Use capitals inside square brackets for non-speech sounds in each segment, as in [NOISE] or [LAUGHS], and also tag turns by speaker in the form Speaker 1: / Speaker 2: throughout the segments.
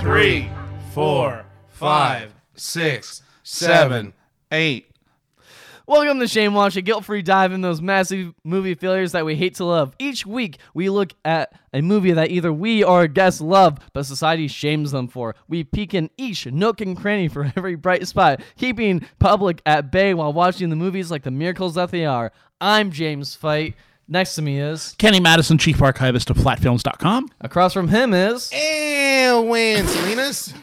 Speaker 1: three, four, five, six, seven, eight.
Speaker 2: Welcome to Shame Watch, a guilt free dive in those massive movie failures that we hate to love. Each week, we look at a movie that either we or a guest love, but society shames them for. We peek in each nook and cranny for [LAUGHS] every bright spot, keeping public at bay while watching the movies like the miracles that they are. I'm James Fight. Next to me is,
Speaker 3: Kenny Madison, chief archivist of flatfilms.com.
Speaker 2: across from him is,
Speaker 1: And win, Salinas.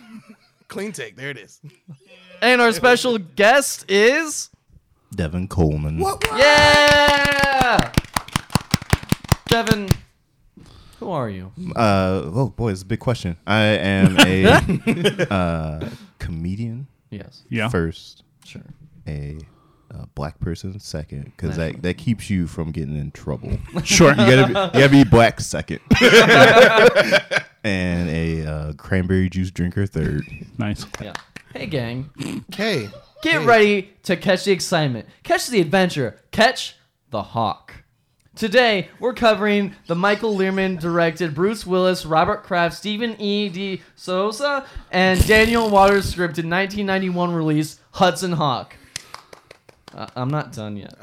Speaker 1: Clean take. There it is.
Speaker 2: and our special guest is.
Speaker 4: Devin Coleman.
Speaker 2: Yeah! Devin, who are you?
Speaker 4: Uh, oh boy, it's a big question. I am a uh, comedian
Speaker 2: Yes.
Speaker 3: Yeah.
Speaker 4: first,
Speaker 2: Sure.
Speaker 4: a, uh black person second, because that, that keeps you from getting in trouble. you
Speaker 3: Sure.
Speaker 4: gotta be, you gotta be black second, and a uh, cranberry juice drinker third.
Speaker 3: nice.
Speaker 2: Yeah. Hey, gang.
Speaker 1: Okay.
Speaker 2: Get ready to catch the excitement, catch the adventure, catch the hawk. Today, we're covering the Michael Learman directed Bruce Willis, Robert Kraft, Stephen E. D. Sousa, and Daniel Waters scripted 1991 release Hudson Hawk. Uh, I'm not done yet.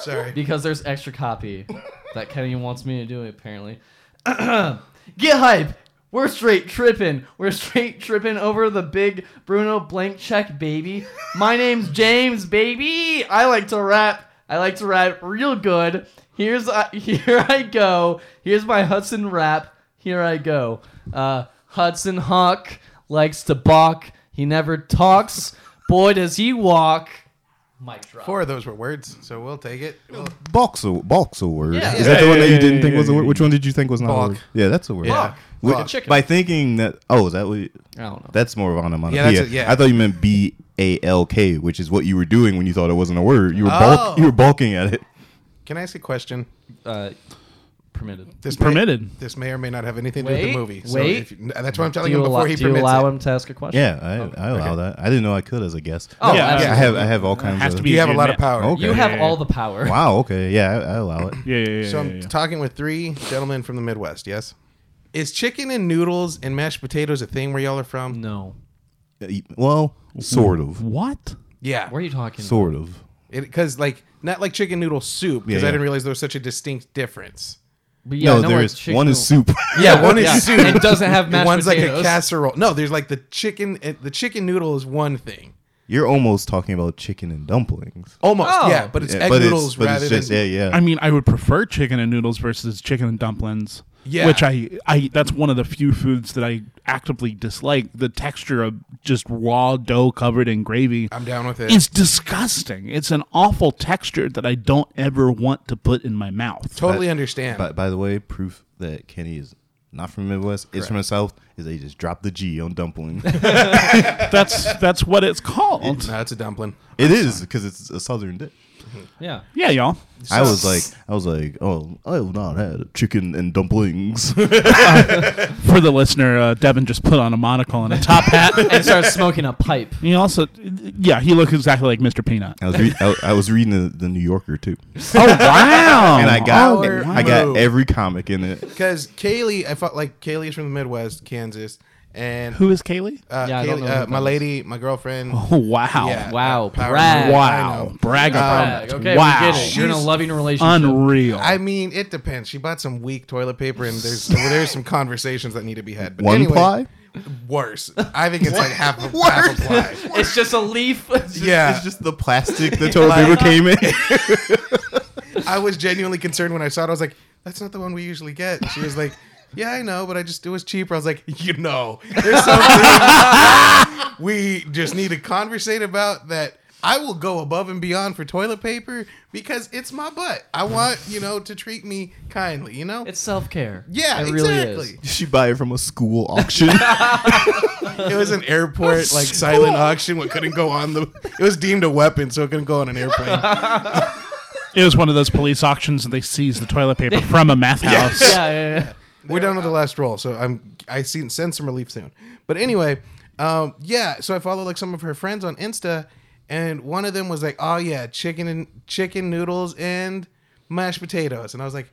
Speaker 1: Sorry.
Speaker 2: because there's extra copy that Kenny wants me to do apparently. [CLEARS THROAT] Get hype. We're straight tripping. We're straight tripping over the big Bruno blank check baby. My name's James baby. I like to rap. I like to rap real good. Here's I [LAUGHS] here I go. Here's my Hudson rap. Here I go. Uh, Hudson Hawk likes to balk. He never talks. Boy does he walk. Mic drop.
Speaker 1: Four of those were words, so we'll take it. We'll,
Speaker 4: Balk's a, balk's a word.
Speaker 2: Yeah.
Speaker 4: Is that the
Speaker 3: Yeah,
Speaker 4: one that
Speaker 3: yeah,
Speaker 4: you didn't
Speaker 3: yeah,
Speaker 4: think
Speaker 3: yeah,
Speaker 4: was a
Speaker 3: yeah,
Speaker 4: word? Which one did you think was not
Speaker 1: Balk.
Speaker 4: a word? Yeah, that's a word.
Speaker 1: Balk.
Speaker 4: We-
Speaker 1: Balk.
Speaker 2: Chicken.
Speaker 4: By thinking that, oh, is that what? You,
Speaker 2: I don't know.
Speaker 4: That's more of an onomatopoeia.
Speaker 1: Yeah, that's a- yeah.
Speaker 4: I thought you meant B A L K, which is what you were doing when you thought it wasn't a word. You were
Speaker 1: Oh.
Speaker 4: balk, you were balking at it.
Speaker 1: can I ask a question?
Speaker 2: uh, permitted.
Speaker 1: This may-
Speaker 3: Permitted.
Speaker 1: this may or may not have anything to do with
Speaker 2: Wait,
Speaker 1: the movie.
Speaker 2: wait.
Speaker 1: If you, that's what I'm telling
Speaker 2: do
Speaker 1: him
Speaker 2: you
Speaker 1: before
Speaker 2: allow,
Speaker 1: he
Speaker 2: do you
Speaker 1: permits
Speaker 2: allow
Speaker 1: it.
Speaker 2: him to ask a question?
Speaker 4: Yeah, I, I allow that. I didn't know I could as a guest.
Speaker 2: Oh,
Speaker 3: Yeah,
Speaker 4: I
Speaker 2: absolutely.
Speaker 4: have I have all kinds
Speaker 3: Has
Speaker 4: of.
Speaker 3: to be.
Speaker 1: You have a
Speaker 3: Yeah,
Speaker 1: lot of
Speaker 3: man.
Speaker 1: power.
Speaker 4: Okay.
Speaker 2: You have
Speaker 3: Yeah.
Speaker 2: all the power.
Speaker 4: Wow. Okay. Yeah, I, I allow it.
Speaker 3: Yeah, yeah, yeah.
Speaker 1: So
Speaker 3: yeah,
Speaker 1: I'm
Speaker 3: yeah.
Speaker 1: talking with three gentlemen from the Midwest. Yes. Is chicken and noodles and mashed potatoes a thing where y'all are from?
Speaker 2: No.
Speaker 4: Well, sort of.
Speaker 3: What?
Speaker 1: Yeah.
Speaker 2: What are you talking about?
Speaker 4: Sort of.
Speaker 1: because like not like chicken noodle soup because I
Speaker 4: Yeah, yeah.
Speaker 1: didn't realize there was such a distinct difference.
Speaker 2: But yeah,
Speaker 4: no,
Speaker 2: no,
Speaker 4: there
Speaker 2: like
Speaker 4: is
Speaker 2: chicken
Speaker 4: one is
Speaker 2: noodle-
Speaker 4: soup.
Speaker 1: [LAUGHS]
Speaker 4: [LAUGHS]
Speaker 1: Yeah, one is
Speaker 2: yeah.
Speaker 1: soup.
Speaker 2: It doesn't have mashed
Speaker 1: One's like a
Speaker 2: potatoes.
Speaker 1: casserole. No, there's like the chicken. eh, The chicken noodle is one thing.
Speaker 4: You're almost talking about chicken and dumplings.
Speaker 1: Almost,
Speaker 2: Oh.
Speaker 1: yeah, but it's
Speaker 4: Yeah,
Speaker 1: egg
Speaker 4: but
Speaker 1: noodles
Speaker 4: but
Speaker 1: rather
Speaker 4: just,
Speaker 1: than.
Speaker 4: yeah, yeah.
Speaker 3: I mean, I would prefer chicken and noodles versus chicken and dumplings.
Speaker 1: Yeah.
Speaker 3: Which I, I that's one of the few foods that I actively dislike. The texture of just raw dough covered in gravy.
Speaker 1: I'm down with it.
Speaker 3: It's disgusting. It's an awful texture that I don't ever want to put in my mouth.
Speaker 1: totally understand.
Speaker 4: By, by the way, proof that Kenny is not from the Midwest, is from the South, is they just drop the G
Speaker 1: [LAUGHS]
Speaker 4: on dumpling.
Speaker 3: That's that's what it's called.
Speaker 1: no, it's a dumpling.
Speaker 4: it is because it's a Southern dish.
Speaker 2: Yeah.
Speaker 3: Yeah, y'all.
Speaker 4: I was like, I was like, oh, I have not had chicken and dumplings. [LAUGHS]
Speaker 3: For the listener, uh, Devin just put on a monocle and a
Speaker 1: [LAUGHS]
Speaker 3: top hat.
Speaker 2: [LAUGHS] And starts smoking a
Speaker 4: [LAUGHS]
Speaker 2: pipe.
Speaker 1: Um,
Speaker 3: He also, yeah, he looked exactly like Mr. Peanut.
Speaker 4: I was, re- I, I was reading the, the New Yorker too,
Speaker 3: Oh wow!
Speaker 4: and I got,
Speaker 1: our
Speaker 4: I got
Speaker 1: move.
Speaker 4: every comic in it.
Speaker 1: Because Kaylee, I felt like Kaylee is from the Midwest, Kansas, and
Speaker 3: Oh, who is Kaylee?
Speaker 1: uh,
Speaker 2: Yeah, I don't
Speaker 1: Kaylee-
Speaker 2: know
Speaker 1: uh,
Speaker 2: who
Speaker 1: my
Speaker 2: that is.
Speaker 1: lady, my girlfriend.
Speaker 3: Oh wow!
Speaker 1: yeah,
Speaker 2: Wow,
Speaker 1: uh, power
Speaker 2: brag.
Speaker 1: move. I
Speaker 3: Wow!
Speaker 1: know.
Speaker 3: Brag
Speaker 2: Uh,
Speaker 3: about
Speaker 2: Brag.
Speaker 3: it.
Speaker 2: Okay,
Speaker 3: wow!
Speaker 2: we get it. You're in a
Speaker 1: She's
Speaker 2: loving relationship.
Speaker 3: Unreal.
Speaker 1: I mean, it depends. She bought some weak toilet paper, and
Speaker 2: [LAUGHS]
Speaker 1: there's there's some conversations that need to be had. But
Speaker 4: One
Speaker 1: anyway,
Speaker 4: ply.
Speaker 1: worse. I think it's like
Speaker 4: [LAUGHS]
Speaker 1: half a, half a ply.
Speaker 2: It's just a leaf. [LAUGHS] It's just-
Speaker 1: Yeah,
Speaker 4: It's just the plastic [LAUGHS] the toilet paper came in.
Speaker 1: I was genuinely concerned when I saw it. I was like, "That's not the one we usually get." And she was like, [LAUGHS] "Yeah, I know, but I just it was cheaper." I was like, "You know, there's something [LAUGHS] we just need to conversate about that." I will go above and beyond for toilet paper because it's my butt. I want you know to treat me kindly. You know,
Speaker 2: It's self care.
Speaker 1: yeah,
Speaker 2: it really
Speaker 1: exactly.
Speaker 2: [LAUGHS] is.
Speaker 4: she buy it from a school auction.
Speaker 1: It was an airport
Speaker 2: [LAUGHS]
Speaker 1: like silent auction. What couldn't go on the. It was deemed a weapon, so it couldn't go on an airplane.
Speaker 3: it was one of those police auctions, and they seized the toilet paper from a math house.
Speaker 2: Yeah, yeah, yeah.
Speaker 1: We're done with the last roll, so I'm I see send some relief soon. But anyway, um, yeah. So I follow like some of her friends on Insta, and one of them was like, "Oh yeah, chicken and chicken noodles and mashed potatoes," and I was like,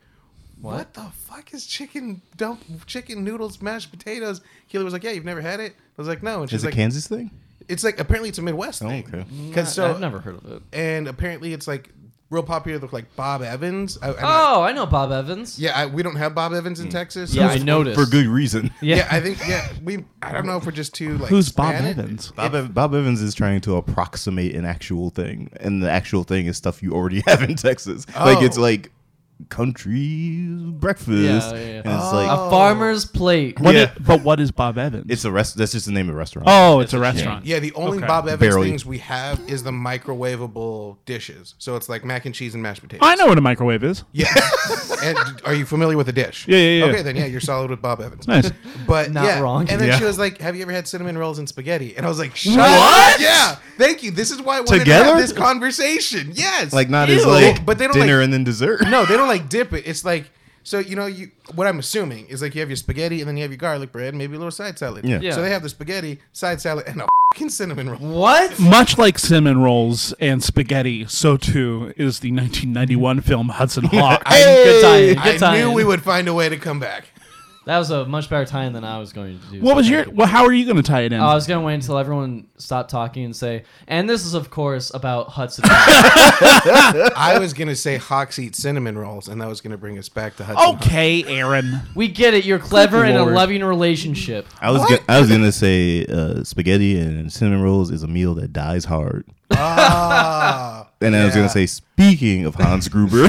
Speaker 1: What? the fuck is chicken dump chicken noodles mashed potatoes? Keely was like, yeah, you've never had it. I was like, no, and she's
Speaker 4: Is it
Speaker 1: like,
Speaker 4: Kansas thing?
Speaker 1: it's like apparently it's a Midwest
Speaker 4: Oh,
Speaker 1: thing.
Speaker 4: okay.
Speaker 2: Mm, I-
Speaker 1: Because so
Speaker 2: I've never heard of it.
Speaker 1: and apparently it's like real popular with like Bob Evans. I, I'm not-
Speaker 2: Oh, I know Bob Evans.
Speaker 1: yeah, I, we don't have Bob Evans
Speaker 4: Mm.
Speaker 1: in Texas. so
Speaker 2: Yeah, I
Speaker 1: it's-
Speaker 2: noticed.
Speaker 4: For good reason.
Speaker 1: Yeah.
Speaker 2: Yeah,
Speaker 1: I think yeah we. I don't know if we're just too like.
Speaker 3: Who's Bob
Speaker 1: Spanish.
Speaker 3: Evans?
Speaker 4: Bob, Ev- Bob Evans is trying to approximate an actual thing, and the actual thing is stuff you already [LAUGHS] have in Texas. Like it's
Speaker 1: Oh.
Speaker 4: like country breakfast,
Speaker 2: yeah, yeah.
Speaker 4: and it's like
Speaker 2: a [LAUGHS] farmer's plate.
Speaker 3: What
Speaker 4: Yeah.
Speaker 3: i- but what is Bob Evans?
Speaker 4: it's a rest. That's just the name of a restaurant.
Speaker 3: oh, it's a restaurant.
Speaker 1: Yeah, the only
Speaker 3: Okay.
Speaker 1: Bob Evans
Speaker 4: Barely.
Speaker 1: things we have is the microwavable dishes. So it's like mac and cheese and mashed potatoes.
Speaker 3: I know what a microwave is.
Speaker 1: Yeah.
Speaker 3: [LAUGHS]
Speaker 1: and are you familiar with the dish?
Speaker 3: Yeah, yeah, yeah.
Speaker 1: Okay, then yeah, you're solid with Bob Evans.
Speaker 3: Nice.
Speaker 1: But
Speaker 2: Not
Speaker 1: yeah.
Speaker 2: wrong.
Speaker 1: And then
Speaker 3: Yeah.
Speaker 1: she was like, "Have you ever had cinnamon rolls and spaghetti?" And I was like, Shut
Speaker 4: What?
Speaker 1: Up. Yeah. Thank you. This is why I wanted to
Speaker 4: Together?
Speaker 1: have this conversation. Yes.
Speaker 4: like not
Speaker 2: Ew.
Speaker 4: as like
Speaker 1: But they don't,
Speaker 4: dinner
Speaker 1: like-
Speaker 4: and then dessert. [LAUGHS]
Speaker 1: No, they don't like dip it. It's like so you know you what I'm assuming is like you have your spaghetti and then you have your garlic bread, maybe a little side salad.
Speaker 4: Yeah.
Speaker 2: Yeah.
Speaker 1: So they have the spaghetti, side salad, and a fucking cinnamon roll.
Speaker 2: What?
Speaker 3: Much like cinnamon rolls and spaghetti, so too is the 1991 film Hudson Hawk.
Speaker 2: Good
Speaker 4: Hey!
Speaker 2: time. Good
Speaker 1: I
Speaker 2: time.
Speaker 1: knew we would find a way to come back.
Speaker 2: That was a much better time than I was going to do.
Speaker 3: what was your?
Speaker 2: Thank you.
Speaker 3: Well, how are you going to tie it in?
Speaker 2: I was gonna wait until everyone stopped talking and say, and this is of course about Hudson. [LAUGHS]
Speaker 1: I was gonna say Hawks eat cinnamon rolls, and that was gonna bring us back to
Speaker 3: Oh,
Speaker 1: Hudson. [LAUGHS] Hawk.
Speaker 3: okay, Aaron.
Speaker 2: we get it. You're clever in a
Speaker 3: Lord.
Speaker 2: loving relationship.
Speaker 4: I was go- I was gonna say uh, spaghetti and cinnamon rolls is a meal that dies hard.
Speaker 1: Ah,
Speaker 4: and I was gonna say speaking of Hans Gruber,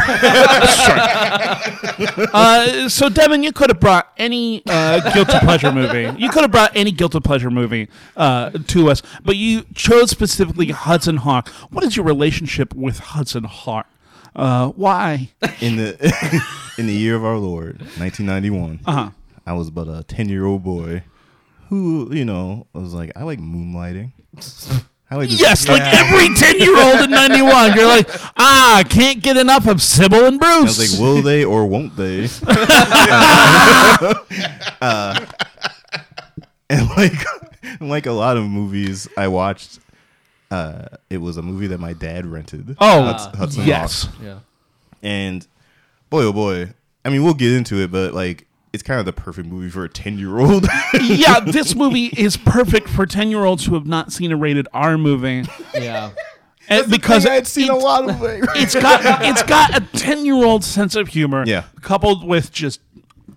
Speaker 3: Uh, so Devin, you could have brought any
Speaker 4: [LAUGHS]
Speaker 3: uh, guilty pleasure movie. You could have brought any guilty pleasure movie uh, to us, but you chose specifically Hudson Hawk. What is your relationship with Hudson Hawk? Uh,
Speaker 4: [LAUGHS]
Speaker 3: why?
Speaker 4: in the [LAUGHS] in the year of our Lord, 1991,
Speaker 3: Uh-huh.
Speaker 4: I was but a 10 year old boy who, you know, was like, I like moonlighting. I like this-
Speaker 3: Yes, like every ten year old in '91, you're like, ah, can't get enough of Sybil and
Speaker 4: I
Speaker 3: Bruce.
Speaker 4: was
Speaker 3: [LAUGHS]
Speaker 4: like, will they or won't they? Uh, and like, like a lot of movies I watched, uh, it was a movie that my dad rented.
Speaker 3: oh,
Speaker 4: Hudson Hawk.
Speaker 3: yes.
Speaker 2: Yeah.
Speaker 4: And boy, oh boy. I mean, we'll get into it, but like, it's kind of the perfect movie for a 10 year
Speaker 3: [LAUGHS]
Speaker 4: [LAUGHS] old.
Speaker 3: yeah, this movie is perfect for ten-year-olds who have not seen a rated R
Speaker 4: [LAUGHS]
Speaker 3: movie,
Speaker 2: Yeah.
Speaker 3: and because
Speaker 4: I had seen a
Speaker 3: it's-
Speaker 4: lot of it.
Speaker 3: [LAUGHS] it's got it's got a 10 year old sense of humor
Speaker 4: Yeah.
Speaker 3: coupled with just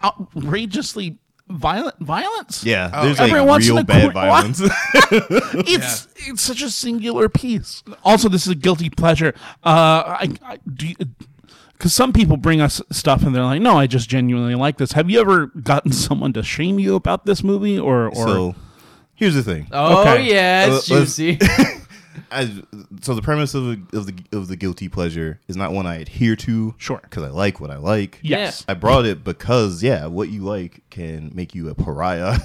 Speaker 3: outrageously violent violence
Speaker 4: Yeah,
Speaker 1: Oh,
Speaker 4: there's
Speaker 3: every
Speaker 4: like
Speaker 3: once in
Speaker 4: real
Speaker 3: a
Speaker 4: bad
Speaker 3: quar-
Speaker 4: violence.
Speaker 3: it's it's such a singular piece also this is a guilty pleasure uh i, I do because some people bring us stuff and they're like no i just genuinely like this have you ever gotten someone to shame you about this movie [LAUGHS] or or
Speaker 4: so here's the thing.
Speaker 2: Oh
Speaker 3: Okay.
Speaker 2: yeah, it's
Speaker 4: Uh, let's- [LAUGHS]
Speaker 2: juicy.
Speaker 4: I, so the premise of, the- of the of the guilty pleasure is not one I adhere to.
Speaker 3: Sure.
Speaker 4: because I like what I like.
Speaker 3: yes
Speaker 4: I brought it because yeah, what you like can make you
Speaker 3: [LAUGHS]
Speaker 4: a pariah.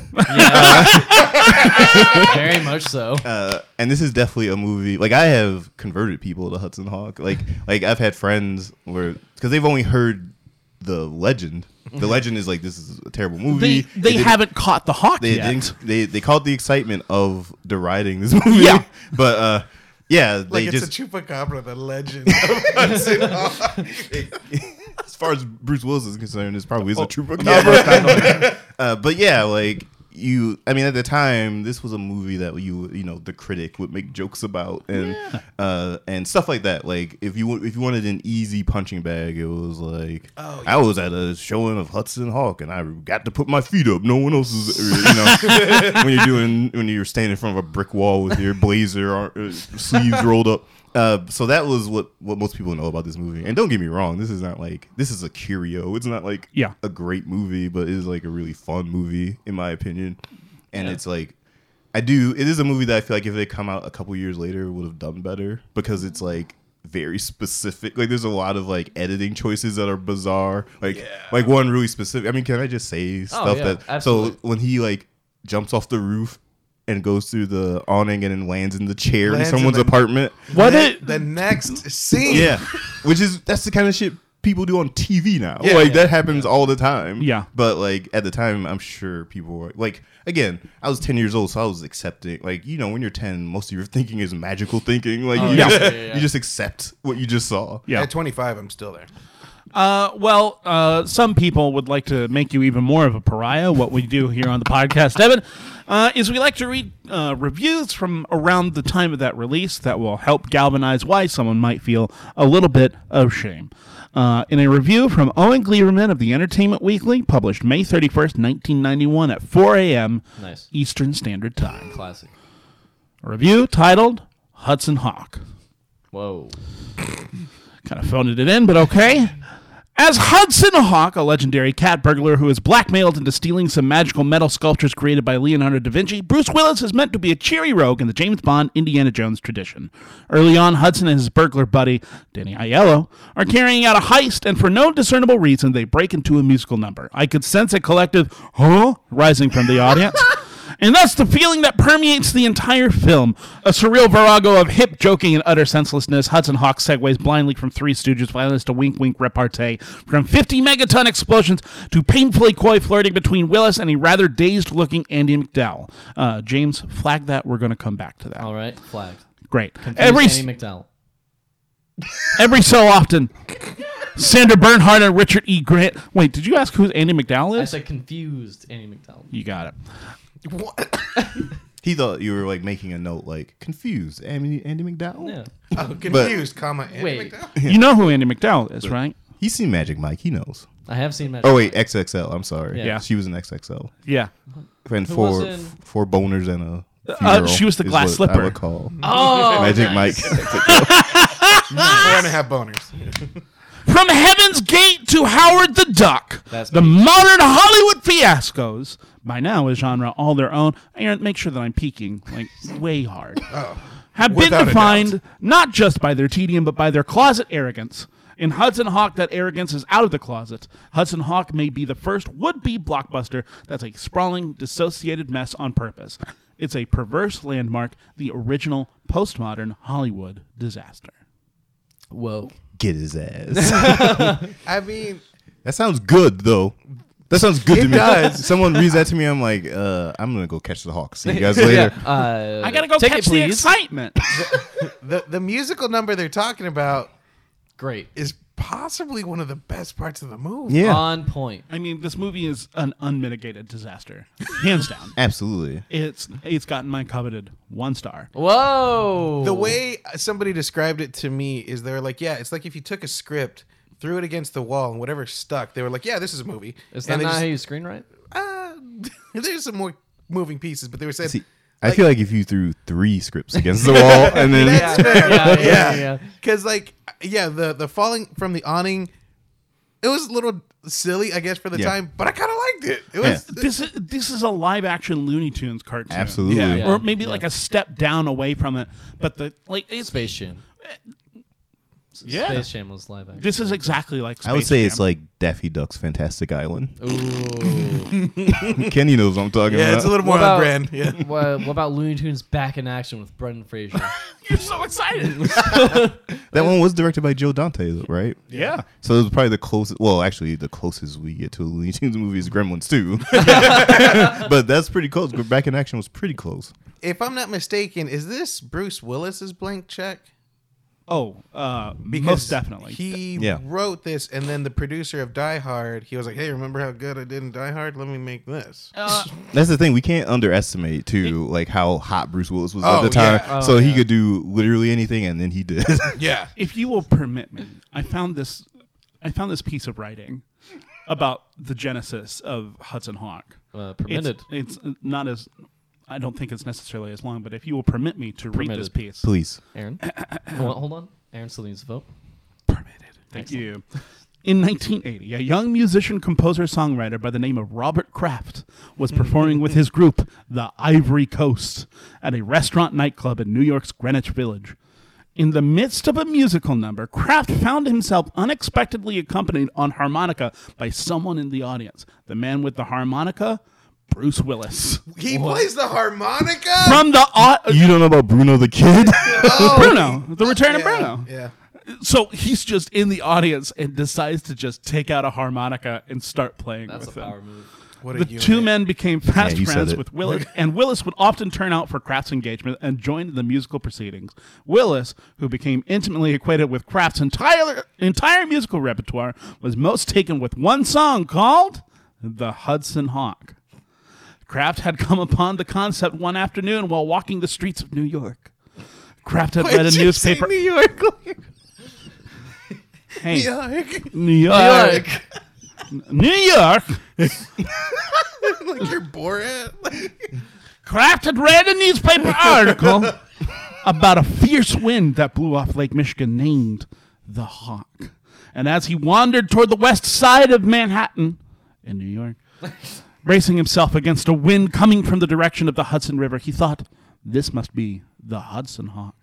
Speaker 2: Very much so.
Speaker 4: uh, and this is definitely a movie. Like I have converted people to Hudson Hawk.
Speaker 3: [LAUGHS]
Speaker 4: Like like I've had friends where because they've only heard the legend. The legend is like this is a terrible movie.
Speaker 3: Mm-hmm. they
Speaker 4: It
Speaker 3: they
Speaker 4: didn't-
Speaker 3: haven't caught the hawk
Speaker 4: they
Speaker 3: yet
Speaker 4: didn't, they they called the excitement of deriding this [LAUGHS] movie.
Speaker 3: Yeah.
Speaker 4: but uh, yeah, they
Speaker 1: Like it's
Speaker 4: just
Speaker 1: a chupacabra, the legend [LAUGHS] of Hudson Hawk.
Speaker 4: [LAUGHS] as far as Bruce Willis is concerned, this probably is a true book. [LAUGHS]
Speaker 3: Yeah.
Speaker 4: Uh, but yeah, like you, I mean, at the time, this was a movie that you you know the critic would make jokes about and uh, and stuff like that. Like if you wa- if you wanted an easy punching bag, it was like
Speaker 1: Oh,
Speaker 4: I was at a showing of Hudson Hawk and I got to put my feet up. No one else is you know when you're doing when you're standing in front of a brick wall with your blazer or, uh, sleeves rolled up. Uh, so that was what, what most people know about this movie. And don't get me wrong, this is not like this is a curio. It's not like
Speaker 3: Yeah.
Speaker 4: a great movie, but it is like a really fun movie in my opinion. And it's like I do. It is a movie that I feel like if it had come out a couple years later, would have done better because it's like very specific. Like there's a lot of like editing choices that are bizarre. Like like one really specific. I mean, can I just say stuff
Speaker 2: yeah,
Speaker 4: that so
Speaker 2: absolutely.
Speaker 4: when he like jumps off the roof and goes through the awning and then lands in the chair
Speaker 1: Lands
Speaker 4: in
Speaker 1: in
Speaker 4: someone's
Speaker 1: the-
Speaker 4: apartment.
Speaker 3: what
Speaker 1: the,
Speaker 3: it
Speaker 1: the next scene.
Speaker 4: Yeah, which is that's the kind of shit people do on TV now.
Speaker 1: Yeah,
Speaker 4: like
Speaker 1: yeah,
Speaker 4: that happens all the time.
Speaker 3: Yeah.
Speaker 4: but like at the time, I'm sure people were like, again, I was 10 years old, so I was accepting. Like you know, when you're 10, most of your thinking is magical thinking. Like you,
Speaker 3: Oh, yeah.
Speaker 4: just,
Speaker 2: Yeah, yeah, yeah.
Speaker 4: you just accept what you just saw.
Speaker 3: Yeah.
Speaker 1: At 25, I'm still there.
Speaker 3: Uh, well, uh, some people would like to make you even more of a pariah. What we do here on the podcast, Evan, uh, is we like to read uh, reviews from around the time of that release that will help galvanize why someone might feel a little bit of shame. Uh, in a review from Owen Gleiberman of the Entertainment Weekly, published May 31st, 1991, at 4 a.m.
Speaker 2: Nice.
Speaker 3: Eastern Standard Time.
Speaker 2: Classic.
Speaker 3: A review titled Hudson Hawk.
Speaker 2: Whoa.
Speaker 3: Kind of phoned it in, but okay. As Hudson Hawk, a legendary cat burglar who is blackmailed into stealing some magical metal sculptures created by Leonardo da Vinci, Bruce Willis is meant to be a cheery rogue in the James Bond Indiana Jones tradition. Early on, Hudson and his burglar buddy, Danny Aiello, are carrying out a heist, and for no discernible reason, they break into a musical number. I could sense a collective, huh, rising from the audience. And that's the feeling that permeates the entire film. A surreal virago of hip joking and utter senselessness, Hudson Hawk segues blindly from Three Stooges violence to wink wink repartee, from 50 megaton explosions to painfully coy flirting between Willis and a rather dazed looking Andy McDowell. Uh, James, flag that. We're going to come back to that.
Speaker 2: All right. Flagged.
Speaker 3: Great.
Speaker 2: Every
Speaker 3: Every,
Speaker 2: Andy McDowell.
Speaker 3: every so often, Sandra Bernhardt and Richard E. Grant. Wait, did you ask who Andy McDowell
Speaker 2: I
Speaker 3: is?
Speaker 2: said confused Andy McDowell.
Speaker 3: You got it.
Speaker 1: What? [COUGHS]
Speaker 4: He thought you were like making a note, like confused. Andy, Andy McDowell.
Speaker 2: Yeah.
Speaker 1: Oh, confused, comma. Andy [LAUGHS]
Speaker 2: Wait.
Speaker 1: McDowell?
Speaker 3: You know who Andy McDowell is, right?
Speaker 4: He's seen Magic Mike. He knows.
Speaker 2: I have seen Magic.
Speaker 4: Oh wait, XXL. I'm sorry.
Speaker 2: Yeah.
Speaker 4: she was an XXL.
Speaker 3: Yeah.
Speaker 4: And
Speaker 2: Who
Speaker 4: four
Speaker 2: was in-
Speaker 4: four boners and a.
Speaker 3: Uh,
Speaker 4: funeral
Speaker 3: she was the
Speaker 4: is
Speaker 3: glass
Speaker 4: what I
Speaker 3: slipper.
Speaker 4: would call
Speaker 2: Oh,
Speaker 4: Magic Mike. [LAUGHS]
Speaker 1: Four and a half boners.
Speaker 3: From Heaven's Gate to Howard the Duck,
Speaker 2: That's
Speaker 3: the
Speaker 2: me.
Speaker 3: modern Hollywood fiascos. By now, a genre all their own. Aaron, make sure that I'm peeking like way hard.
Speaker 2: [LAUGHS] Oh,
Speaker 3: Have
Speaker 1: Without
Speaker 3: been
Speaker 1: a
Speaker 3: defined not just by their tedium, but by their closet arrogance. In Hudson Hawk, that arrogance is out of the closet. Hudson Hawk may be the first would be blockbuster that's a sprawling, dissociated mess on purpose. It's a perverse landmark, the original postmodern Hollywood disaster.
Speaker 2: Whoa.
Speaker 4: Get his ass. [LAUGHS]
Speaker 1: I mean,
Speaker 4: that sounds good though. That sounds good
Speaker 1: It
Speaker 4: to me.
Speaker 1: does.
Speaker 4: [LAUGHS] Someone reads that to me, I'm like, uh, I'm gonna go catch the hawk. See you [LAUGHS] guys later.
Speaker 2: Uh,
Speaker 3: I gotta go
Speaker 2: ticket,
Speaker 3: catch the
Speaker 2: please.
Speaker 3: excitement.
Speaker 1: the the musical number they're talking about
Speaker 2: Great.
Speaker 1: is possibly one of the best parts of the movie.
Speaker 4: Yeah,
Speaker 2: On point.
Speaker 3: I mean, this movie is an unmitigated disaster,
Speaker 2: [LAUGHS]
Speaker 3: hands down.
Speaker 4: absolutely.
Speaker 3: It's it's gotten my coveted one star.
Speaker 2: Whoa.
Speaker 1: The way somebody described it to me is they were like, yeah, it's like if you took a script, threw it against the wall, and whatever stuck, they were like, yeah, this is a movie.
Speaker 2: Is that
Speaker 1: and
Speaker 2: not
Speaker 1: they
Speaker 2: how you
Speaker 4: [LAUGHS]
Speaker 2: screenwrite?
Speaker 1: just, uh, [LAUGHS] there's some more moving pieces, but they were saying,
Speaker 4: See, I feel like if you threw three [LAUGHS] scripts against the wall and [LAUGHS] then
Speaker 1: that's fair.
Speaker 2: Yeah, yeah, yeah.
Speaker 1: yeah. Because like, yeah, the the falling from the awning, it was a little silly, I guess, for the
Speaker 4: Yeah.
Speaker 1: time, but I kind of liked it. It
Speaker 4: Yeah.
Speaker 1: was
Speaker 3: This is this is a live action Looney Tunes cartoon.
Speaker 4: Absolutely. Yeah.
Speaker 2: Yeah.
Speaker 3: Or maybe like a step down away from it, but the like it's
Speaker 2: Space Jam.
Speaker 3: yeah.
Speaker 2: Space Jam was live action.
Speaker 3: This is exactly like Space
Speaker 4: I would say it's
Speaker 3: Jam.
Speaker 4: like Daffy Duck's Fantastic Island.
Speaker 2: Ooh.
Speaker 4: [LAUGHS] Kenny knows what I'm talking
Speaker 1: yeah,
Speaker 4: about.
Speaker 1: it's a little more
Speaker 2: What about-
Speaker 1: on brand. Yeah.
Speaker 2: what, what about Looney Tunes back in action with Brendan [LAUGHS] Fraser?
Speaker 3: you're so excited.
Speaker 2: [LAUGHS]
Speaker 4: that one was directed by Joe Dante, though, right?
Speaker 3: yeah.
Speaker 4: So it was probably the closest. Well, actually, the closest we get to a Looney Tunes movie is Gremlins
Speaker 1: [LAUGHS]
Speaker 4: 2. [LAUGHS] but that's pretty close. Back in Action was pretty close.
Speaker 1: If I'm not mistaken, is this Bruce Willis's blank check?
Speaker 3: Oh, uh, most definitely.
Speaker 1: He
Speaker 4: Yeah.
Speaker 1: wrote this, and then the producer of Die Hard, he was like, "Hey, remember how good I did in Die Hard? Let me make this."
Speaker 2: Uh,
Speaker 4: That's the thing. We can't underestimate too, like how hot Bruce Willis was
Speaker 1: Oh,
Speaker 4: at the time.
Speaker 1: yeah.
Speaker 4: so he could do literally anything, and then he did. [LAUGHS]
Speaker 1: yeah,
Speaker 3: if you will permit me, I found this I found this piece of writing about the genesis of Hudson Hawk.
Speaker 2: uh,
Speaker 3: It's-
Speaker 2: permitted.
Speaker 3: It's, not as I don't think it's necessarily as long, but if you will permit me to read this
Speaker 2: Permitted.
Speaker 3: piece.
Speaker 4: Please,
Speaker 2: Aaron. [COUGHS] Hold on, hold on. Aaron still needs a vote.
Speaker 3: Permitted. Thank you. In 1980, a young musician, composer, songwriter by the name of Robert Kraft was
Speaker 2: Hmm.
Speaker 3: performing with his group, the Ivory Coast, at a restaurant nightclub in New York's Greenwich Village. In the midst of a musical number, Kraft found himself unexpectedly accompanied on harmonica by someone in the audience. The man with the harmonica, Bruce Willis.
Speaker 1: he plays the harmonica.
Speaker 3: From the au-
Speaker 4: you don't know about Bruno the Kid.
Speaker 3: Bruno, the return
Speaker 1: yeah,
Speaker 3: of Bruno.
Speaker 1: Yeah,
Speaker 3: Oh. So he's just in the audience and decides to just take out a harmonica and start playing
Speaker 2: That's a
Speaker 3: with it.
Speaker 2: power move.
Speaker 1: What a
Speaker 3: the
Speaker 1: unit. [LAUGHS]
Speaker 3: two men became fast
Speaker 4: Yeah, you said
Speaker 3: friends
Speaker 4: it.
Speaker 3: with Willis, and Willis would often turn out for Kraft's engagement and join the musical proceedings. Willis, who became intimately acquainted with Kraft's entire entire musical repertoire, was most taken with one song called "The Hudson Hawk." Kraft had come upon the concept one afternoon while walking the streets of New York. Kraft had read a
Speaker 1: Did you say
Speaker 3: newspaper.
Speaker 1: New York. [LAUGHS]
Speaker 3: Hey,
Speaker 1: like,
Speaker 3: [LAUGHS] New York, New York.
Speaker 1: like you're Borat.
Speaker 3: Kraft had read a newspaper article about a fierce wind that blew off Lake Michigan named the Hawk. And as he wandered toward the west side of Manhattan in New York, bracing himself against a wind coming from the direction of the Hudson River, he thought, this must be the Hudson Hawk.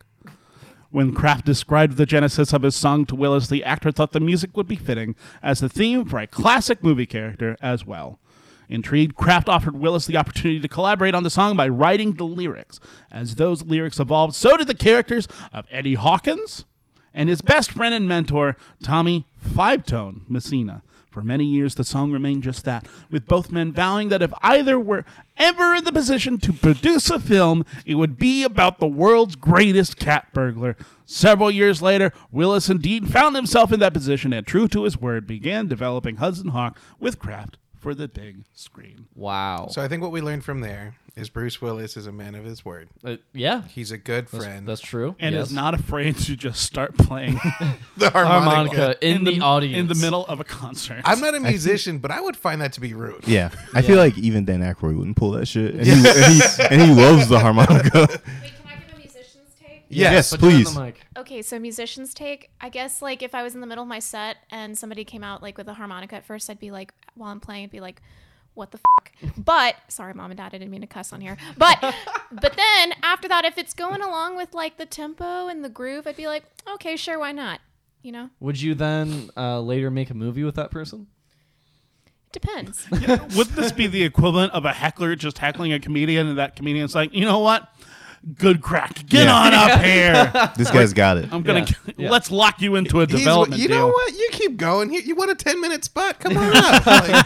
Speaker 3: When Kraft described the genesis of his song to Willis, the actor thought the music would be fitting as the theme for a classic movie character as well. Intrigued, Kraft offered Willis the opportunity to collaborate on the song by writing the lyrics. As those lyrics evolved, so did the characters of Eddie Hawkins and his best friend and mentor, Tommy Five Tone Messina. For many years, the song remained just that, with both men vowing that if either were ever in the position to produce a film, it would be about the world's greatest cat burglar. Several years later, Willis indeed found himself in that position and, true to his word, began developing Hudson Hawk with Kraft for the big screen.
Speaker 2: Wow.
Speaker 1: So I think what we learned from there is Bruce Willis is a man of his word.
Speaker 2: Uh, yeah.
Speaker 1: He's a good friend.
Speaker 2: That's true.
Speaker 3: And
Speaker 2: yes.
Speaker 3: is not afraid to just start playing
Speaker 1: the harmonica.
Speaker 2: harmonica [LAUGHS] in, the, audience
Speaker 3: in the middle of a concert.
Speaker 1: I'm not a musician, but I would find that to be rude.
Speaker 4: [LAUGHS] Yeah, I feel like even Dan Aykroyd wouldn't pull that shit, and, he, and, [LAUGHS] he, and he loves the harmonica.
Speaker 5: Wait, can I give a musician's take?
Speaker 4: [LAUGHS] Yes,
Speaker 2: Put it on
Speaker 4: please.
Speaker 2: the mic.
Speaker 5: Okay, so musician's take. I guess like if I was in the middle of my set and somebody came out like with a harmonica at first, I'd be like, while I'm playing, I'd be like, what the [LAUGHS] fuck? But sorry, mom and dad, I didn't mean to cuss on here. [LAUGHS] But but then after that, if it's going along with like the tempo and the groove, I'd be like, okay, sure, why not? You know,
Speaker 2: Would you then uh, later make a movie with that person?
Speaker 5: depends.
Speaker 3: Wouldn't this be the equivalent of a heckler just heckling a comedian and that comedian's like, you know what? Good crack. Get
Speaker 4: Yeah.
Speaker 3: on up
Speaker 2: [LAUGHS]
Speaker 3: here.
Speaker 4: This guy's got it.
Speaker 3: I'm gonna
Speaker 2: Yeah. Yeah.
Speaker 3: let's lock you into a
Speaker 1: He's-
Speaker 3: development
Speaker 1: you
Speaker 3: deal.
Speaker 1: know what? You keep going. You, you want a 10 minute spot? Come
Speaker 3: [LAUGHS]
Speaker 1: on up. Like,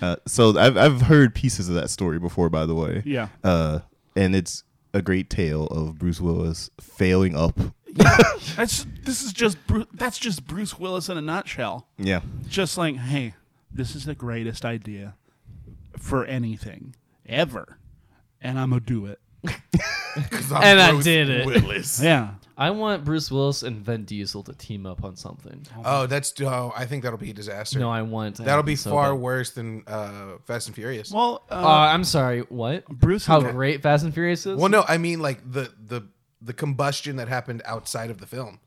Speaker 4: Uh, so I've I've heard pieces of that story before, by the way.
Speaker 3: Yeah.
Speaker 4: Uh, and it's a great tale of Bruce Willis failing up.
Speaker 3: That's this is just Bru- that's just Bruce Willis in a nutshell.
Speaker 4: Yeah.
Speaker 3: Just like, hey, this is the greatest idea for anything ever, and I'm gonna do it.
Speaker 1: 'cause I'm
Speaker 2: And I
Speaker 1: Bruce
Speaker 2: did it.
Speaker 1: [LAUGHS] Willis.
Speaker 3: Yeah.
Speaker 2: I want Bruce Willis and Vin Diesel to team up on something.
Speaker 1: Oh, that's. Oh, I think that'll be a disaster.
Speaker 2: No, I want it to
Speaker 1: That'll
Speaker 2: happen
Speaker 1: be
Speaker 2: so
Speaker 1: far
Speaker 2: bad.
Speaker 1: worse than uh, Fast and Furious. Well,
Speaker 3: Well,
Speaker 2: Uh, I'm sorry. What?
Speaker 3: Bruce
Speaker 2: How
Speaker 3: and-
Speaker 2: great Fast and Furious is.
Speaker 1: no, I mean like the the the combustion that happened outside of the film.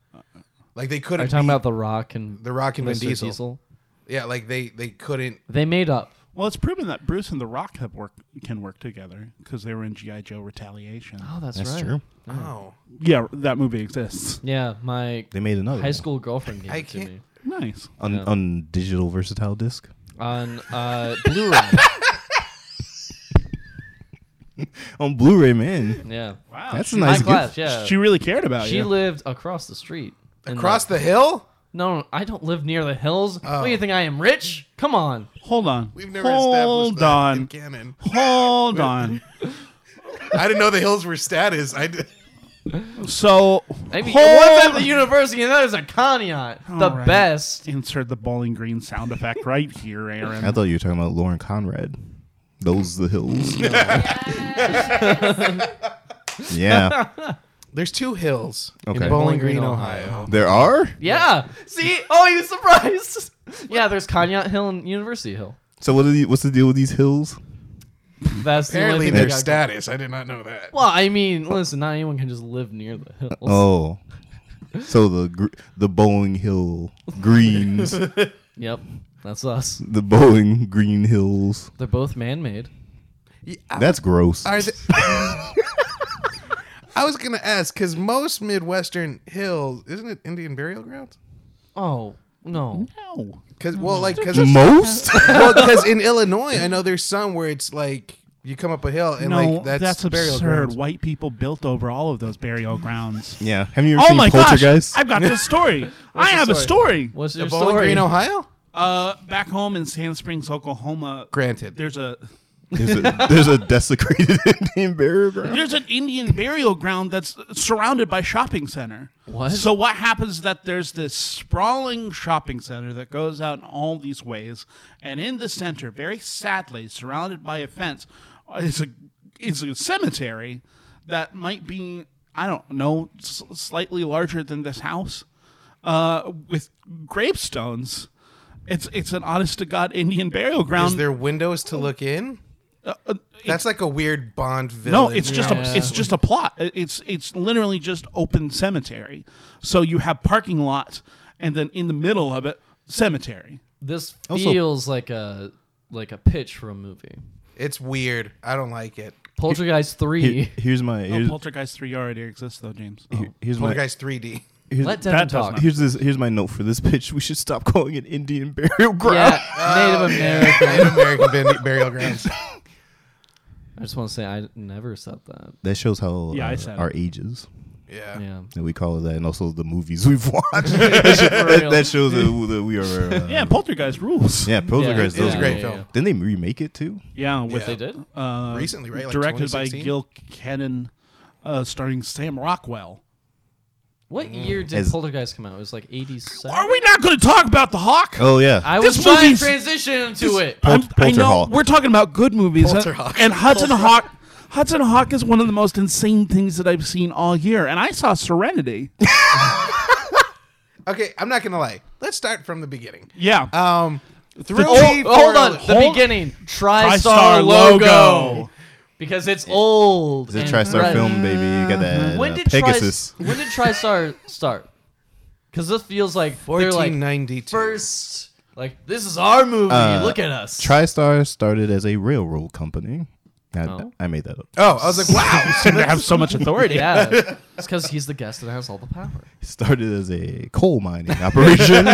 Speaker 1: Like they
Speaker 2: Are
Speaker 1: couldn't.
Speaker 2: you talking
Speaker 1: beat
Speaker 2: about The Rock and
Speaker 1: The Rock and Vin
Speaker 2: Mr.
Speaker 1: Diesel. Yeah, like they they couldn't.
Speaker 2: They made up.
Speaker 3: well, it's proven that Bruce and The Rock have work can work together because they were in GI Joe Retaliation.
Speaker 2: Oh, that's,
Speaker 4: That's
Speaker 2: right.
Speaker 4: true.
Speaker 1: Oh,
Speaker 3: Yeah, that movie exists.
Speaker 2: Yeah, my
Speaker 4: They made another
Speaker 2: high
Speaker 4: one.
Speaker 2: school girlfriend gave
Speaker 1: I
Speaker 2: it to
Speaker 1: can't-
Speaker 2: me
Speaker 3: Nice.
Speaker 4: on
Speaker 2: Yeah.
Speaker 4: on digital versatile disc.
Speaker 2: on uh, Blu-ray.
Speaker 4: On Blu-ray, man.
Speaker 2: yeah,
Speaker 3: Wow.
Speaker 4: That's a
Speaker 3: she,
Speaker 4: nice
Speaker 2: high class.
Speaker 4: gift.
Speaker 2: Yeah,
Speaker 3: she really cared about
Speaker 2: She
Speaker 3: you.
Speaker 2: lived across the street. in
Speaker 1: across the hill.
Speaker 2: No, no, I don't live near the hills. What do you think I am? Rich? Come on.
Speaker 3: Hold on.
Speaker 1: We've never
Speaker 3: Hold
Speaker 1: established that
Speaker 3: on.
Speaker 1: [LAUGHS] in canon.
Speaker 3: Hold on.
Speaker 1: I didn't know the hills were status. I did.
Speaker 3: So,
Speaker 2: I mean,
Speaker 3: hold
Speaker 2: one's at the university and that is a Conneaut. The
Speaker 3: All right.
Speaker 2: best.
Speaker 3: [LAUGHS] Insert the Bowling Green sound effect right here, Aaron.
Speaker 4: I thought you were talking about Lauren Conrad. Those the hills. yeah.
Speaker 1: There's two hills
Speaker 4: Okay.
Speaker 1: in Bowling Green, Ohio.
Speaker 4: There are.
Speaker 2: Yeah. See? Oh, you surprised. [LAUGHS] yeah, there's Conneaut Hill and University Hill.
Speaker 4: So what are the, what's the deal with these hills?
Speaker 2: That's
Speaker 1: Apparently,
Speaker 2: the only
Speaker 1: their
Speaker 2: thing I got.
Speaker 1: status. I did not know that.
Speaker 2: Well, I mean, listen, not anyone can just live near the hills.
Speaker 4: Oh. So the gr- the Bowling Hill Greens, [LAUGHS] the
Speaker 2: Yep. That's us.
Speaker 4: Bowling Green Hills.
Speaker 2: They're both man-made.
Speaker 4: That's gross.
Speaker 1: Are they- [LAUGHS] I was gonna ask because most Midwestern hills isn't it Indian burial grounds?
Speaker 2: Oh, no.
Speaker 3: No.
Speaker 1: Because well, like because
Speaker 4: Most? [LAUGHS]
Speaker 1: well, 'cause in Illinois, I know there's some where it's like you come up a hill and
Speaker 3: no,
Speaker 1: like that's,
Speaker 3: that's,
Speaker 1: burial
Speaker 3: absurd.
Speaker 1: grounds.
Speaker 3: White people built over all of those burial grounds.
Speaker 4: yeah. Have you ever
Speaker 3: oh
Speaker 4: seen
Speaker 3: my gosh.
Speaker 4: Poltergeist?
Speaker 3: I've got this story. I
Speaker 1: your
Speaker 3: have a
Speaker 1: story?
Speaker 3: story.
Speaker 2: What's your
Speaker 1: The Bowling
Speaker 2: story?
Speaker 1: Green, Ohio.
Speaker 3: Uh, back home in Sand Springs, Oklahoma,
Speaker 1: Granted.
Speaker 3: there's a
Speaker 4: There's a, there's a desecrated [LAUGHS] Indian burial ground.
Speaker 3: there's an Indian burial ground that's surrounded by shopping center.
Speaker 2: What?
Speaker 3: So what happens is that there's this sprawling shopping center that goes out in all these ways, and in the center, very sadly, surrounded by a fence, is a is a cemetery that might be I don't know s- slightly larger than this house, uh, with gravestones. It's it's an honest to god Indian burial ground.
Speaker 1: Is there windows to look in?
Speaker 3: uh,
Speaker 1: That's like a weird Bond
Speaker 3: No,
Speaker 1: villain.
Speaker 3: it's just
Speaker 2: Yeah.
Speaker 3: a it's just a plot. It- It's it's literally just open cemetery. So you have parking lots, and then in the middle of it, cemetery.
Speaker 2: This
Speaker 4: Also-
Speaker 2: feels like a like a pitch for a movie.
Speaker 1: It's weird. I don't like it.
Speaker 2: Poltergeist
Speaker 4: Here-
Speaker 2: three.
Speaker 4: here's my
Speaker 3: Oh,
Speaker 4: here's,
Speaker 3: Poltergeist three already exists though, James.
Speaker 4: here- here's my
Speaker 1: Poltergeist 3D.
Speaker 4: here's,
Speaker 2: Let Devin
Speaker 3: that does
Speaker 2: talk.
Speaker 3: not-
Speaker 4: here's this here's my note for this [LAUGHS] pitch. We should stop calling it Indian [LAUGHS] burial ground.
Speaker 2: Yeah, Native
Speaker 1: [LAUGHS]
Speaker 2: American.
Speaker 1: Native American bur- burial [LAUGHS] grounds.
Speaker 2: I just want to say I never said that.
Speaker 4: That shows how
Speaker 3: Yeah, I
Speaker 4: uh,
Speaker 3: said
Speaker 4: our
Speaker 3: it.
Speaker 4: ages
Speaker 1: Yeah.
Speaker 2: Yeah.
Speaker 4: that we call it that, and also the movies we've watched. that, sho-
Speaker 2: For
Speaker 4: that-
Speaker 2: real.
Speaker 4: that shows that, we- that we are. Uh,
Speaker 3: Yeah, Poltergeist rules.
Speaker 4: yeah, Poltergeist.
Speaker 1: it was
Speaker 4: those-
Speaker 1: a great film.
Speaker 4: Didn't they remake it too?
Speaker 3: Yeah, with
Speaker 2: They did.
Speaker 3: uh,
Speaker 1: Recently, right? Like
Speaker 3: directed by
Speaker 1: 2016?
Speaker 3: Gil Cannon, uh, starring Sam Rockwell.
Speaker 2: What year did
Speaker 4: As-
Speaker 2: Poltergeist come out? It was like eighty seven.
Speaker 3: Are we not going to talk about the Hawk?
Speaker 4: Oh yeah,
Speaker 2: I
Speaker 3: This
Speaker 2: was trying to
Speaker 3: movie's-
Speaker 2: transition to it.
Speaker 4: Pol-
Speaker 3: I'm- I know
Speaker 4: Polterhawk.
Speaker 3: we're talking about good movies, huh?
Speaker 1: Polterhawk.
Speaker 3: and Hudson Hawk. Hudson Hawk is one of the most insane things that I've seen all year, and I saw Serenity.
Speaker 1: Okay, I'm not gonna lie. Let's start from the beginning.
Speaker 3: Yeah,
Speaker 1: Um, three.
Speaker 2: Oh, hold on. The
Speaker 3: Hold-
Speaker 2: beginning. TriStar,
Speaker 3: TriStar
Speaker 2: logo.
Speaker 3: logo. [LAUGHS]
Speaker 2: Because it's old.
Speaker 4: it's a
Speaker 2: and
Speaker 4: TriStar
Speaker 2: red.
Speaker 4: film, baby. You got that
Speaker 2: When
Speaker 4: uh,
Speaker 2: did
Speaker 4: Pegasus.
Speaker 2: Pegasus. [LAUGHS] when did TriStar start? Because this feels like they're like
Speaker 1: 1492.
Speaker 2: first. Like this is our movie.
Speaker 4: Uh,
Speaker 2: Look at us.
Speaker 4: TriStar started as a railroad company. I,
Speaker 2: Oh.
Speaker 4: I made that up.
Speaker 1: Oh, I was like, wow.
Speaker 2: [LAUGHS]
Speaker 3: seem to have so much [LAUGHS] authority.
Speaker 2: [LAUGHS] yeah, it's because he's the guest and has all the power.
Speaker 4: started as a coal mining operation.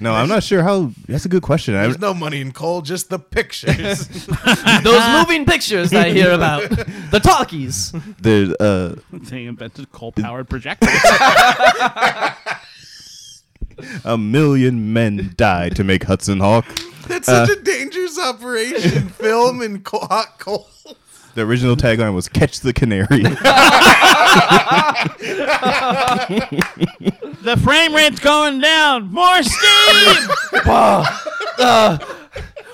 Speaker 4: no, I'm not sure how. That's a good question. I,
Speaker 1: There's no money in coal, just the pictures.
Speaker 2: [LAUGHS] Those
Speaker 1: [LAUGHS]
Speaker 2: moving pictures that I hear about, the talkies.
Speaker 4: there's uh,
Speaker 3: They invented coal-powered projectors. [LAUGHS]
Speaker 4: a million men died to make Hudson Hawk.
Speaker 1: That's such a dangerous
Speaker 2: [LAUGHS]
Speaker 1: operation. Film in co- hot coal.
Speaker 4: The original tagline was "Catch the Canary."
Speaker 3: the frame rate's going down. More [LAUGHS] steam.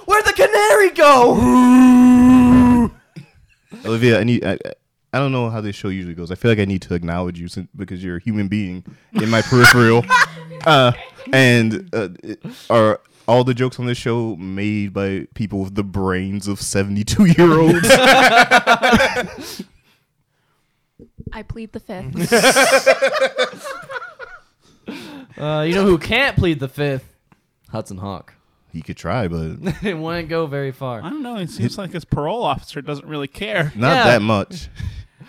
Speaker 2: Where'd the canary go?
Speaker 1: [LAUGHS]
Speaker 4: Olivia, I need. I, I don't know how this show usually goes. I feel like I need to acknowledge you since, because you're a human being in my peripheral. Uh, and uh, it- are all the jokes on this show made by people with the brains of 72 year olds?
Speaker 5: [LAUGHS] I plead the [LAUGHS] fifth.
Speaker 2: Uh, you know who can't plead the fifth? Hudson Hawk. [LAUGHS]
Speaker 4: he could try, but not
Speaker 2: it wouldn't go very
Speaker 3: I
Speaker 2: far.
Speaker 3: don't know. It seems like his parole officer doesn't really care.
Speaker 2: Yeah.
Speaker 4: that much.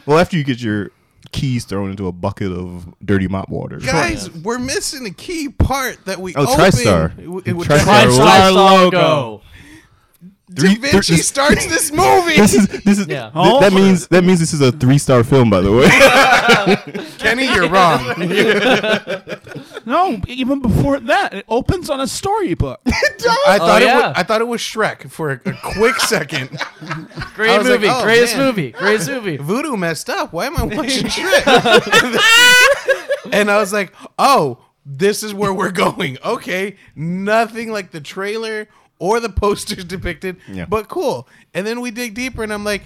Speaker 4: Well, after you get your keys thrown into a bucket of dirty mop water.
Speaker 1: Guys, we're missing a key part that we
Speaker 4: Oh,
Speaker 1: open.
Speaker 4: TriStar.
Speaker 1: W- it was-
Speaker 4: TriStar.
Speaker 1: Da
Speaker 4: Tri-star
Speaker 3: logo.
Speaker 4: Three- three-
Speaker 1: Vinci
Speaker 4: this-
Speaker 1: starts
Speaker 4: [LAUGHS]
Speaker 1: this movie.
Speaker 4: This is this is
Speaker 2: Yeah.
Speaker 4: th- that means that means this is a three star film by the [LAUGHS] way.
Speaker 1: Kenny, [LAUGHS] you're wrong.
Speaker 3: No, even before that, it opens on a storybook.
Speaker 1: I thought
Speaker 2: Oh,
Speaker 1: it.
Speaker 2: yeah.
Speaker 1: Was, I thought it was Shrek for a, a quick
Speaker 2: [LAUGHS]
Speaker 1: second. I
Speaker 2: Great
Speaker 1: was like,
Speaker 2: movie.
Speaker 1: oh,
Speaker 2: greatest
Speaker 1: man. [LAUGHS]
Speaker 2: movie. Greatest movie.
Speaker 1: Voodoo messed up. Why am I
Speaker 3: [LAUGHS]
Speaker 1: watching Shrek? [LAUGHS] and I was like, oh, this is where we're going. Okay, nothing like the trailer or the posters depicted,
Speaker 4: Yeah.
Speaker 1: but cool. And then we dig deeper, and I'm like,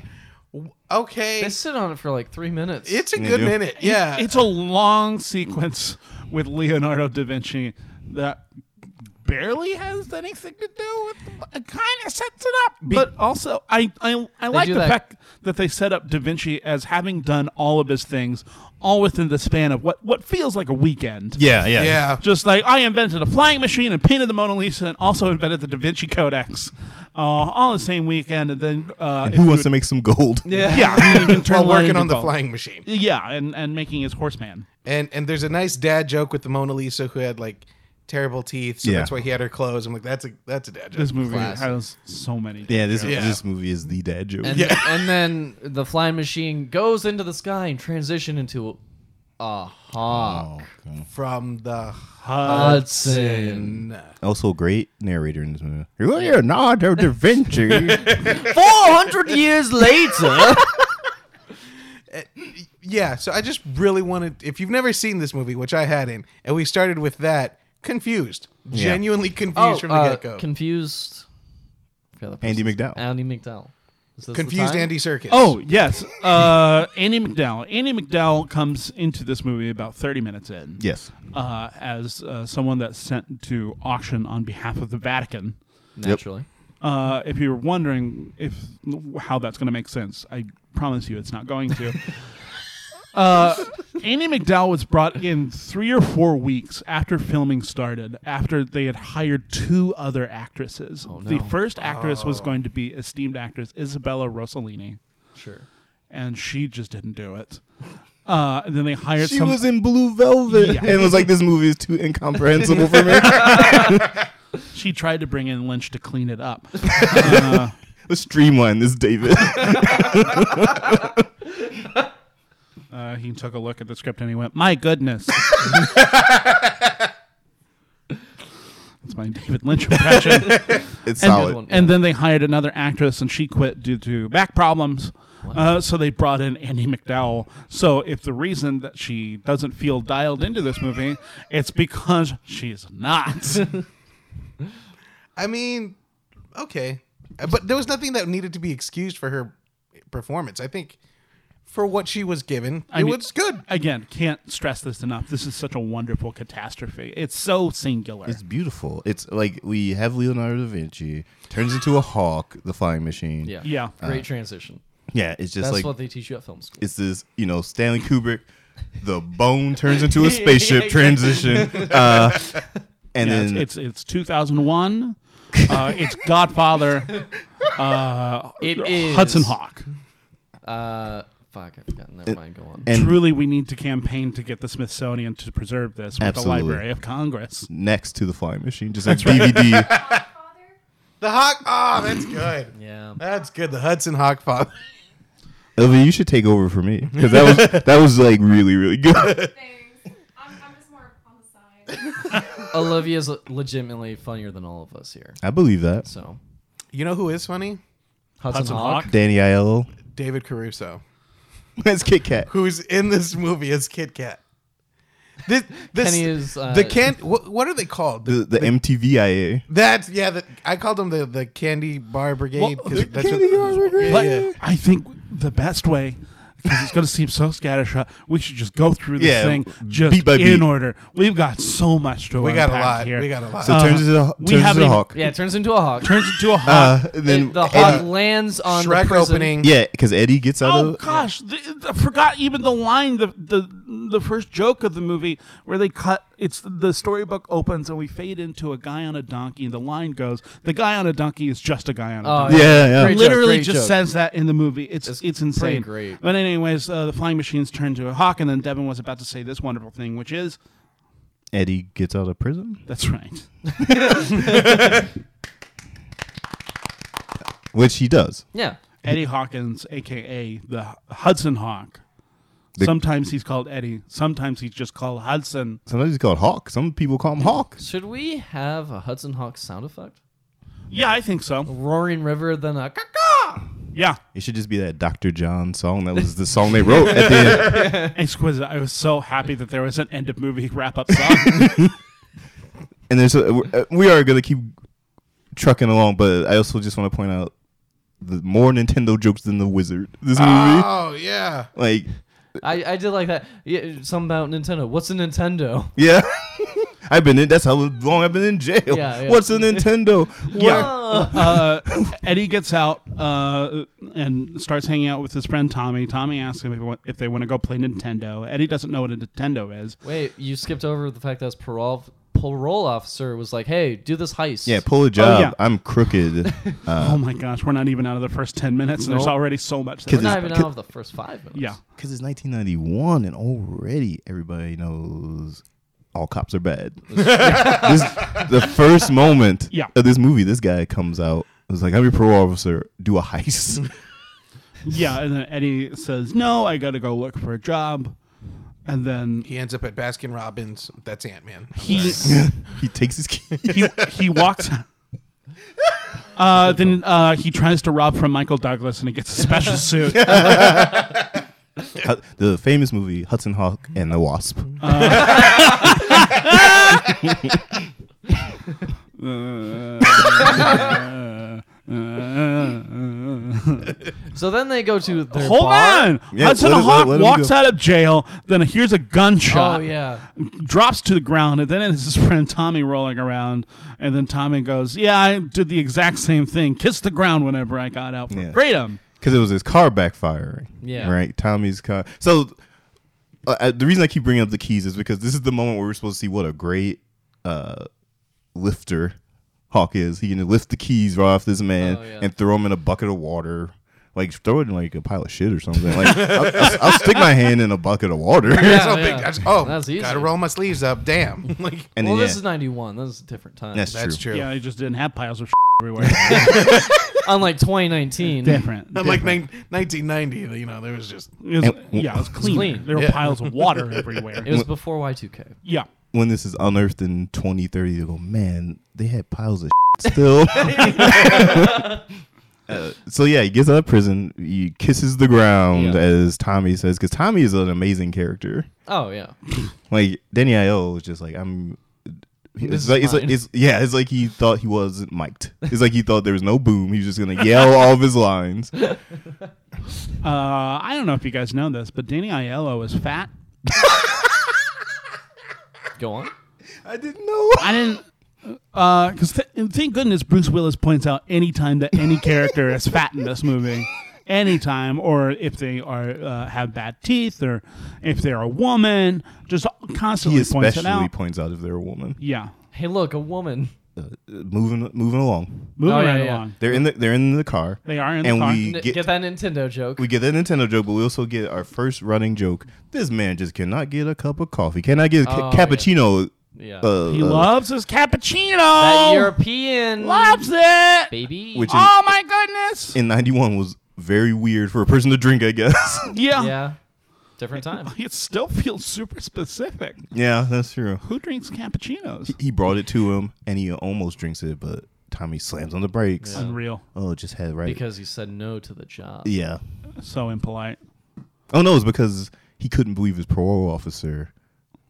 Speaker 1: w- okay,
Speaker 2: They sit on it for like three minutes.
Speaker 1: it's a
Speaker 4: They
Speaker 1: good
Speaker 4: do.
Speaker 1: minute. Yeah,
Speaker 3: It's a long sequence with Leonardo da Vinci that barely has anything to do with. It kind of sets it up, but also I I, I like
Speaker 2: do
Speaker 3: the
Speaker 2: that-
Speaker 3: fact that they set up da Vinci as having done all of his things all within the span of what what feels like a weekend.
Speaker 4: yeah, yeah.
Speaker 1: yeah.
Speaker 3: Just like I invented a flying machine and painted the Mona Lisa and also invented the Da Vinci Codex, uh, all the same weekend. And then uh,
Speaker 4: [LAUGHS]
Speaker 3: if
Speaker 4: Who
Speaker 3: you
Speaker 4: wants to
Speaker 3: would-
Speaker 4: make some gold?
Speaker 3: Yeah, [LAUGHS] I mean, you can turn
Speaker 1: While working
Speaker 3: light
Speaker 1: on the
Speaker 3: into gold.
Speaker 1: flying machine.
Speaker 3: Yeah, and, and making his horseman.
Speaker 1: And and there's a nice dad joke with the Mona Lisa who had like terrible teeth, so
Speaker 4: Yeah.
Speaker 1: that's why he had her clothes. I'm like, that's a that's a dad joke.
Speaker 3: This movie
Speaker 2: Classic.
Speaker 3: has so many.
Speaker 4: Yeah, this
Speaker 1: Yeah.
Speaker 4: this movie is the dad joke.
Speaker 2: and, and then the flying machine goes into the sky and transition into Aha.
Speaker 4: Oh, okay.
Speaker 1: from the
Speaker 2: Hudson.
Speaker 4: Also, great narrator in this movie. Leonardo da Vinci. yeah,
Speaker 2: 400 years [LAUGHS] later.
Speaker 1: Yeah, so I just really wanted if you've never seen this movie, which I hadn't, and we started with that, confused. Genuinely confused from the
Speaker 2: uh,
Speaker 1: get go.
Speaker 2: Confused. I forgot the
Speaker 4: Andy
Speaker 2: person's-
Speaker 4: McDowell.
Speaker 2: Andy McDowell. Is this the
Speaker 1: confused
Speaker 2: time?
Speaker 1: Andy Circus.
Speaker 3: Oh yes, uh, Andy McDowell. Andy McDowell comes into this movie about thirty minutes in.
Speaker 4: Yes.
Speaker 3: uh, as uh, someone that's sent to auction on behalf of the Vatican.
Speaker 2: Naturally.
Speaker 3: Uh, if you were wondering if how that's going to make sense, I promise you it's not going
Speaker 4: [LAUGHS]
Speaker 3: to. uh, Andy McDowell was brought in three or four weeks after filming started, after they had hired two other actresses.
Speaker 4: Oh,
Speaker 3: The
Speaker 2: no.
Speaker 3: first actress was going to be esteemed actress Isabella Rossellini,
Speaker 2: Sure.
Speaker 3: and she just didn't do it. Uh, and then they hired
Speaker 4: She
Speaker 3: some.
Speaker 4: was in Blue Velvet
Speaker 3: Yeah.
Speaker 4: and was like, this movie is too incomprehensible for me.
Speaker 3: she tried to bring in Lynch to clean it
Speaker 4: [LAUGHS]
Speaker 3: up. Uh,
Speaker 4: Let's streamline this, David.
Speaker 3: Uh, he took a look at the script and he went, "My goodness." That's my David Lynch impression.
Speaker 4: It's
Speaker 3: and,
Speaker 4: solid.
Speaker 3: and then they hired another actress, and she quit due to back problems. Uh, so they brought in Andy McDowell. So if the reason that she doesn't feel dialed into this movie, it's because she's not.
Speaker 1: I mean, okay. Uh, But there was nothing that needed to be excused for her performance. I think for what she was given, it
Speaker 3: mean-
Speaker 1: was good.
Speaker 3: Again, can't stress this enough. This is such a wonderful catastrophe. It's so singular.
Speaker 4: It's beautiful. It's like we have Leonardo da Vinci turns into a hawk, the flying machine.
Speaker 2: Yeah.
Speaker 3: Yeah.
Speaker 2: Great transition.
Speaker 4: yeah. It's just
Speaker 2: That's
Speaker 4: like
Speaker 2: what they teach you at film school.
Speaker 4: it's this, you know, Stanley Kubrick. The bone turns
Speaker 3: [LAUGHS]
Speaker 4: into a spaceship transition, uh, and
Speaker 3: Yeah,
Speaker 4: then
Speaker 3: it's, it's it's 2001. uh, it's Godfather. Uh,
Speaker 2: It is
Speaker 3: Hudson Hawk.
Speaker 2: Uh, fuck, I've forgotten. Never mind. Go on.
Speaker 4: and
Speaker 3: Truly, we need to campaign to get the Smithsonian to preserve this with
Speaker 4: Absolutely.
Speaker 3: the Library of Congress.
Speaker 4: next to the flying machine, just a DVD.
Speaker 1: The Hawk. Oh, that's good.
Speaker 2: yeah.
Speaker 1: That's good. The Hudson Hawk father. [LAUGHS]
Speaker 4: Elvin, you should take over for me because that was that was like really really good.
Speaker 5: Thanks. I'm, I'm just more on the side.
Speaker 2: Olivia's legitimately funnier than all of us here.
Speaker 4: I believe that.
Speaker 2: So
Speaker 1: You know who is funny?
Speaker 2: Hudson,
Speaker 3: Hudson
Speaker 2: Hawk.
Speaker 3: Hawk?
Speaker 4: Danny [LAUGHS] Aiello
Speaker 1: David Caruso,
Speaker 4: as Kit Kat.
Speaker 1: who's in this movie as Kit Kat. This, this
Speaker 2: Kenny is, uh,
Speaker 1: the can. What, what are they called?
Speaker 4: The, the MTVIA.
Speaker 1: That's yeah. The, I called them the, the Candy Bar Brigade. 'cause
Speaker 4: the
Speaker 1: that's
Speaker 4: Candy Bar Brigade.
Speaker 1: Yeah,
Speaker 3: But
Speaker 1: yeah.
Speaker 3: I think the best way. Because it's going to seem so scattershot. We should just go through this
Speaker 4: Yeah,
Speaker 3: thing just
Speaker 4: beat by
Speaker 3: in
Speaker 4: beat.
Speaker 3: order. We've got so much to
Speaker 1: We got a
Speaker 3: unpack
Speaker 1: lot.
Speaker 3: here. Uh,
Speaker 1: We got a lot.
Speaker 4: So it turns into a,
Speaker 3: we
Speaker 4: turns into
Speaker 3: haven't
Speaker 4: a
Speaker 3: even-
Speaker 4: hawk.
Speaker 2: Yeah, it turns into a
Speaker 3: [LAUGHS]
Speaker 2: hawk.
Speaker 3: turns into a hawk.
Speaker 4: Uh, and then
Speaker 2: It- the hawk
Speaker 4: Eddie,
Speaker 2: lands on the
Speaker 1: Shrek
Speaker 2: prison.
Speaker 1: opening.
Speaker 4: yeah, because Eddie gets out
Speaker 3: Oh
Speaker 4: of.
Speaker 3: gosh, th I forgot even the line the the the first joke of the movie where they cut. It's the storybook opens and we fade into a guy on a donkey. And the line goes, "The guy on a donkey is just a guy on a
Speaker 2: Oh,
Speaker 3: donkey."
Speaker 4: Yeah, yeah.
Speaker 2: Great joke,
Speaker 3: Literally
Speaker 2: great
Speaker 3: just
Speaker 2: joke.
Speaker 3: says that in the movie. It's it's,
Speaker 2: It's
Speaker 3: insane.
Speaker 2: pretty great.
Speaker 3: But anyways, uh, the flying machines turn to a hawk, and then Devin was about to say this wonderful thing, which is
Speaker 4: Eddie gets out of prison,
Speaker 3: that's right.
Speaker 2: [LAUGHS]
Speaker 4: which he does.
Speaker 2: Yeah.
Speaker 3: Eddie Hawkins, aka the Hudson Hawk.
Speaker 4: The-
Speaker 3: sometimes he's called Eddie. Sometimes he's just called Hudson.
Speaker 4: Sometimes he's called Hawk. Some people call him Hawk.
Speaker 2: Should we have a Hudson Hawk sound effect?
Speaker 3: Yeah, I think so.
Speaker 2: Roaring river, then a caca.
Speaker 3: Yeah.
Speaker 4: It should just be that Dr. John song. That was the song they wrote at the end.
Speaker 2: [LAUGHS]
Speaker 3: exquisite. I was so happy that there was an end of movie wrap up song.
Speaker 4: and there's a, we're- uh, we are gonna keep trucking along, but I also just want to point out the more Nintendo jokes than the Wizard. This
Speaker 2: Ah.
Speaker 4: movie,
Speaker 1: Oh yeah.
Speaker 4: like,
Speaker 2: I, I did like that. Yeah, something about Nintendo. What's a Nintendo?
Speaker 4: yeah, [LAUGHS] I've been in. That's how long I've been in jail.
Speaker 2: Yeah, yeah.
Speaker 4: What's a Nintendo?
Speaker 2: [LAUGHS]
Speaker 4: What-
Speaker 3: uh, Eddie gets out uh, and starts hanging out with his friend Tommy. Tommy asks him if, he wa- if they want to go play Nintendo. Eddie doesn't know what a Nintendo is.
Speaker 2: Wait, you skipped over the fact that his parole parole officer was like, "Hey, do this heist."
Speaker 4: Yeah, pull a
Speaker 2: Oh,
Speaker 4: job.
Speaker 3: yeah.
Speaker 4: I'm
Speaker 2: [LAUGHS]
Speaker 4: crooked. Uh,
Speaker 3: oh my gosh, we're not even out of the first 10 minutes, and there's
Speaker 2: Nope.
Speaker 3: already so much.
Speaker 2: We're
Speaker 3: That
Speaker 2: not even out of the first five minutes.
Speaker 3: yeah.
Speaker 4: Because it's 1991 and already everybody knows all cops are bad. this, the first moment
Speaker 3: Yeah.
Speaker 4: of this movie, this guy comes out. It's like, I'm your parole officer. Do a
Speaker 3: [LAUGHS]
Speaker 4: heist. [LAUGHS]
Speaker 3: Yeah, and then Eddie says, No, I got to go look for a job. and then
Speaker 1: He ends up at Baskin Robbins. That's Ant Man.
Speaker 3: he
Speaker 4: he takes his key.
Speaker 3: he, he walks. [LAUGHS] Uh, then uh, he tries to rob from Michael Douglas, and he gets a special suit.
Speaker 4: Hut- the famous movie Hudson Hawk and the Wasp.
Speaker 3: Mm-hmm.
Speaker 2: So then they go to their
Speaker 3: [LAUGHS] Hold
Speaker 2: bar.
Speaker 3: on!
Speaker 4: Yeah,
Speaker 3: Hudson
Speaker 4: let it-
Speaker 3: Hawk
Speaker 4: let- let him
Speaker 3: walks
Speaker 4: go.
Speaker 3: out of jail, then hears a gunshot,
Speaker 2: Oh yeah.
Speaker 3: drops to the ground, and then it's his [LAUGHS] friend Tommy rolling around. And then Tommy goes, "Yeah, I did the exact same thing. Kissed the ground whenever I got out for
Speaker 4: Yeah.
Speaker 3: freedom."
Speaker 4: because it was his car backfiring.
Speaker 2: Yeah.
Speaker 4: Right. Tommy's car. So uh, uh, the reason I keep bringing up the keys is because this is the moment where we're supposed to see what a great uh, lifter Hawk is. He can lift the keys right off this man
Speaker 2: Oh, yeah.
Speaker 4: and throw him in a bucket of water. Like throw it in like a pile of shit or something. Like I'll, I'll, I'll stick my hand in a bucket of water.
Speaker 1: That's
Speaker 2: Yeah,
Speaker 1: how
Speaker 2: yeah.
Speaker 1: big. That's, oh,
Speaker 2: That's easy.
Speaker 1: gotta roll my sleeves up. Damn. Like
Speaker 4: [LAUGHS] And
Speaker 2: well,
Speaker 4: then, yeah,
Speaker 2: this is '91. This is a different time.
Speaker 4: that's,
Speaker 1: that's
Speaker 4: true.
Speaker 1: true.
Speaker 3: Yeah, he just didn't have piles of [LAUGHS] shit
Speaker 4: [LAUGHS]
Speaker 3: everywhere.
Speaker 2: Unlike 2019.
Speaker 3: different.
Speaker 1: Unlike
Speaker 3: different.
Speaker 1: nine- 1990, you know, there was just
Speaker 3: It was-
Speaker 4: And-
Speaker 3: yeah, it was clean.
Speaker 2: clean.
Speaker 3: There were
Speaker 1: Yeah.
Speaker 3: piles of
Speaker 4: [LAUGHS]
Speaker 3: water everywhere.
Speaker 2: It was before Y2K.
Speaker 3: yeah.
Speaker 4: When this is unearthed in 2030, you go, man, they had piles of shit
Speaker 3: [LAUGHS]
Speaker 4: still. [LAUGHS] Uh, so yeah, he gets out of prison. He kisses the ground,
Speaker 2: Yeah.
Speaker 4: as Tommy says, because Tommy is an amazing character.
Speaker 2: Oh yeah.
Speaker 4: Like Danny Io is just like I'm.
Speaker 2: This
Speaker 4: It's
Speaker 2: is
Speaker 4: like, it's, like,
Speaker 2: mine.
Speaker 4: it's yeah, it's like he thought he wasn't mic'd. It's like he thought there was no boom. He was just gonna yell all of
Speaker 3: [LAUGHS]
Speaker 4: his lines.
Speaker 3: Uh, I don't know if you guys know this, but Danny Aiello is fat.
Speaker 2: Go on.
Speaker 4: I didn't know.
Speaker 3: I didn't. Because Uh, th- and thank goodness Bruce Willis points out anytime that any character is fat in this movie, anytime, or if they are uh, have bad teeth, or if they're a woman, just
Speaker 4: He
Speaker 3: constantly points it
Speaker 4: especially
Speaker 3: out.
Speaker 4: points out if they're a woman.
Speaker 3: yeah,
Speaker 2: Hey, look, a woman.
Speaker 4: Uh, moving moving along,
Speaker 3: moving
Speaker 2: Oh, yeah,
Speaker 3: right
Speaker 2: yeah.
Speaker 3: along.
Speaker 4: they're in the they're in the car.
Speaker 3: They are in the
Speaker 4: and
Speaker 3: car.
Speaker 4: we
Speaker 2: N-
Speaker 4: get,
Speaker 2: Get, that Nintendo joke.
Speaker 4: we get the Nintendo joke, but we also get our first running joke. This man just cannot get a cup of coffee. Cannot get a ca-
Speaker 2: Oh, yeah.
Speaker 4: cappuccino.
Speaker 2: yeah.
Speaker 4: Uh,
Speaker 3: He
Speaker 4: uh,
Speaker 3: loves his cappuccino.
Speaker 2: that European
Speaker 3: loves it.
Speaker 2: baby.
Speaker 4: Which is-
Speaker 3: Oh my goodness.
Speaker 4: in 91 was very weird for a person to drink, I guess. [LAUGHS]
Speaker 3: yeah.
Speaker 2: yeah. Different time.
Speaker 3: [LAUGHS] It still feels super specific.
Speaker 4: yeah, that's true.
Speaker 3: Who drinks cappuccinos?
Speaker 4: He brought it to him and he almost drinks it, but Tommy slams on the brakes.
Speaker 2: Yeah.
Speaker 3: Unreal.
Speaker 4: Oh, just had it right.
Speaker 2: Because he said no to the job.
Speaker 4: yeah.
Speaker 3: So impolite.
Speaker 4: Oh, no, it's because he couldn't believe his parole officer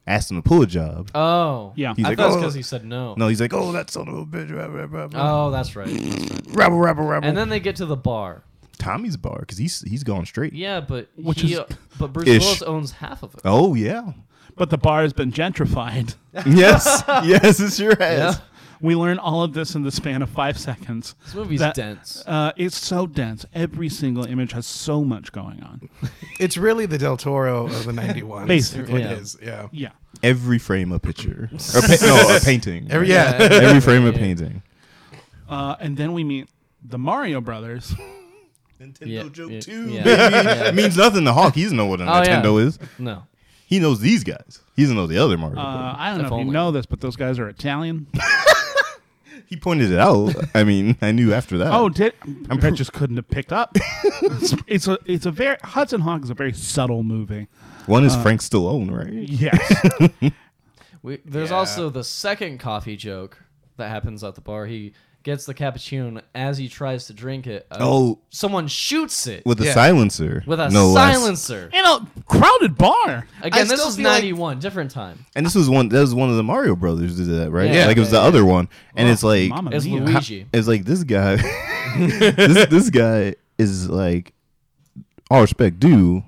Speaker 4: asked him to pull a job.
Speaker 2: Oh.
Speaker 3: Yeah.
Speaker 4: He's
Speaker 2: I
Speaker 4: like,
Speaker 2: thought it was
Speaker 4: "Oh."
Speaker 2: because he said no.
Speaker 4: No, he's like, oh, that son of a bitch. Rah, rah, rah, rah.
Speaker 2: Oh, that's right. That's right.
Speaker 4: Rabble, rabble, rabble.
Speaker 2: and then they get to the bar.
Speaker 4: Tommy's bar, because he's, he's gone straight.
Speaker 2: Yeah, but
Speaker 3: Which
Speaker 2: he, uh,
Speaker 3: is-
Speaker 2: but Bruce
Speaker 4: Ish.
Speaker 2: Willis owns half of it.
Speaker 4: Oh, yeah.
Speaker 3: But the bar has been gentrified.
Speaker 2: [LAUGHS]
Speaker 4: yes. Yes, it sure
Speaker 2: Yeah.
Speaker 4: has.
Speaker 3: We learn all of this in the span of five seconds.
Speaker 2: This movie's
Speaker 3: That-
Speaker 2: dense.
Speaker 3: Uh, it's so dense. Every single image has so much going on.
Speaker 1: it's really the Del Toro of the 91.
Speaker 3: Basically,
Speaker 1: it
Speaker 2: yeah.
Speaker 1: is. Yeah.
Speaker 3: Yeah.
Speaker 4: Every frame a picture. or pa- no, a painting.
Speaker 1: Every, yeah.
Speaker 4: Every frame a painting.
Speaker 3: Uh, and then we meet the Mario Brothers.
Speaker 4: Nintendo
Speaker 2: Yeah, yeah,
Speaker 4: too,
Speaker 2: yeah,
Speaker 4: [LAUGHS] baby.
Speaker 2: yeah.
Speaker 4: It means nothing to Hawk. He doesn't know what a
Speaker 2: Oh, yeah.
Speaker 4: Nintendo is.
Speaker 2: No.
Speaker 4: He knows these guys. He doesn't know the other Mario.
Speaker 3: Uh,
Speaker 4: brothers.
Speaker 3: I don't know
Speaker 2: If
Speaker 3: if
Speaker 2: only.
Speaker 3: you know this, but those guys are Italian.
Speaker 4: he pointed it out. I mean, I knew after that.
Speaker 1: [LAUGHS]
Speaker 3: oh, did i
Speaker 4: pro-
Speaker 3: just couldn't have picked up. it's, it's a it's a very Hudson Hawk is a very subtle movie.
Speaker 4: one
Speaker 2: uh,
Speaker 4: is Frank Stallone, right?
Speaker 3: Yes.
Speaker 2: We, there's also the second coffee joke that happens at the bar. He gets the cappuccino and as he tries to drink it. uh,
Speaker 4: Oh,
Speaker 2: someone shoots it with,
Speaker 4: with a
Speaker 1: Yeah.
Speaker 4: silencer.
Speaker 2: a
Speaker 4: no less.
Speaker 2: silencer.
Speaker 3: [LAUGHS] In a crowded bar.
Speaker 2: Again,
Speaker 1: I
Speaker 2: this
Speaker 1: still
Speaker 2: is
Speaker 1: feel like-
Speaker 2: 91, different time.
Speaker 4: And this was one. That was one of the Mario brothers did that, right?
Speaker 2: Yeah.
Speaker 4: like it was
Speaker 2: Yeah,
Speaker 4: the other one. And it's like
Speaker 3: Mamma
Speaker 2: It's
Speaker 3: mia.
Speaker 2: Luigi.
Speaker 4: [LAUGHS]
Speaker 2: Luigi.
Speaker 4: it's like this guy. this this guy is like all respect due,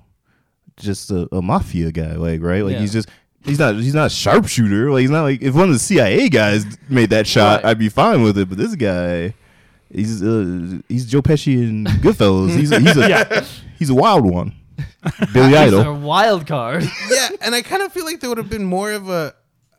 Speaker 4: just a, a mafia guy, like right, like
Speaker 2: Yeah.
Speaker 4: he's just. He's not. He's not a sharpshooter. Like he's not like if one of the CIA guys made that shot,
Speaker 2: Right.
Speaker 4: I'd be fine with it. But this guy, he's uh, he's Joe Pesci in Goodfellas. He's a, he's a he's a wild
Speaker 2: [LAUGHS]
Speaker 4: one. Billy
Speaker 2: He's a
Speaker 4: Idol.
Speaker 2: wild card.
Speaker 1: [LAUGHS] yeah, and I kind of feel like there would have been more of a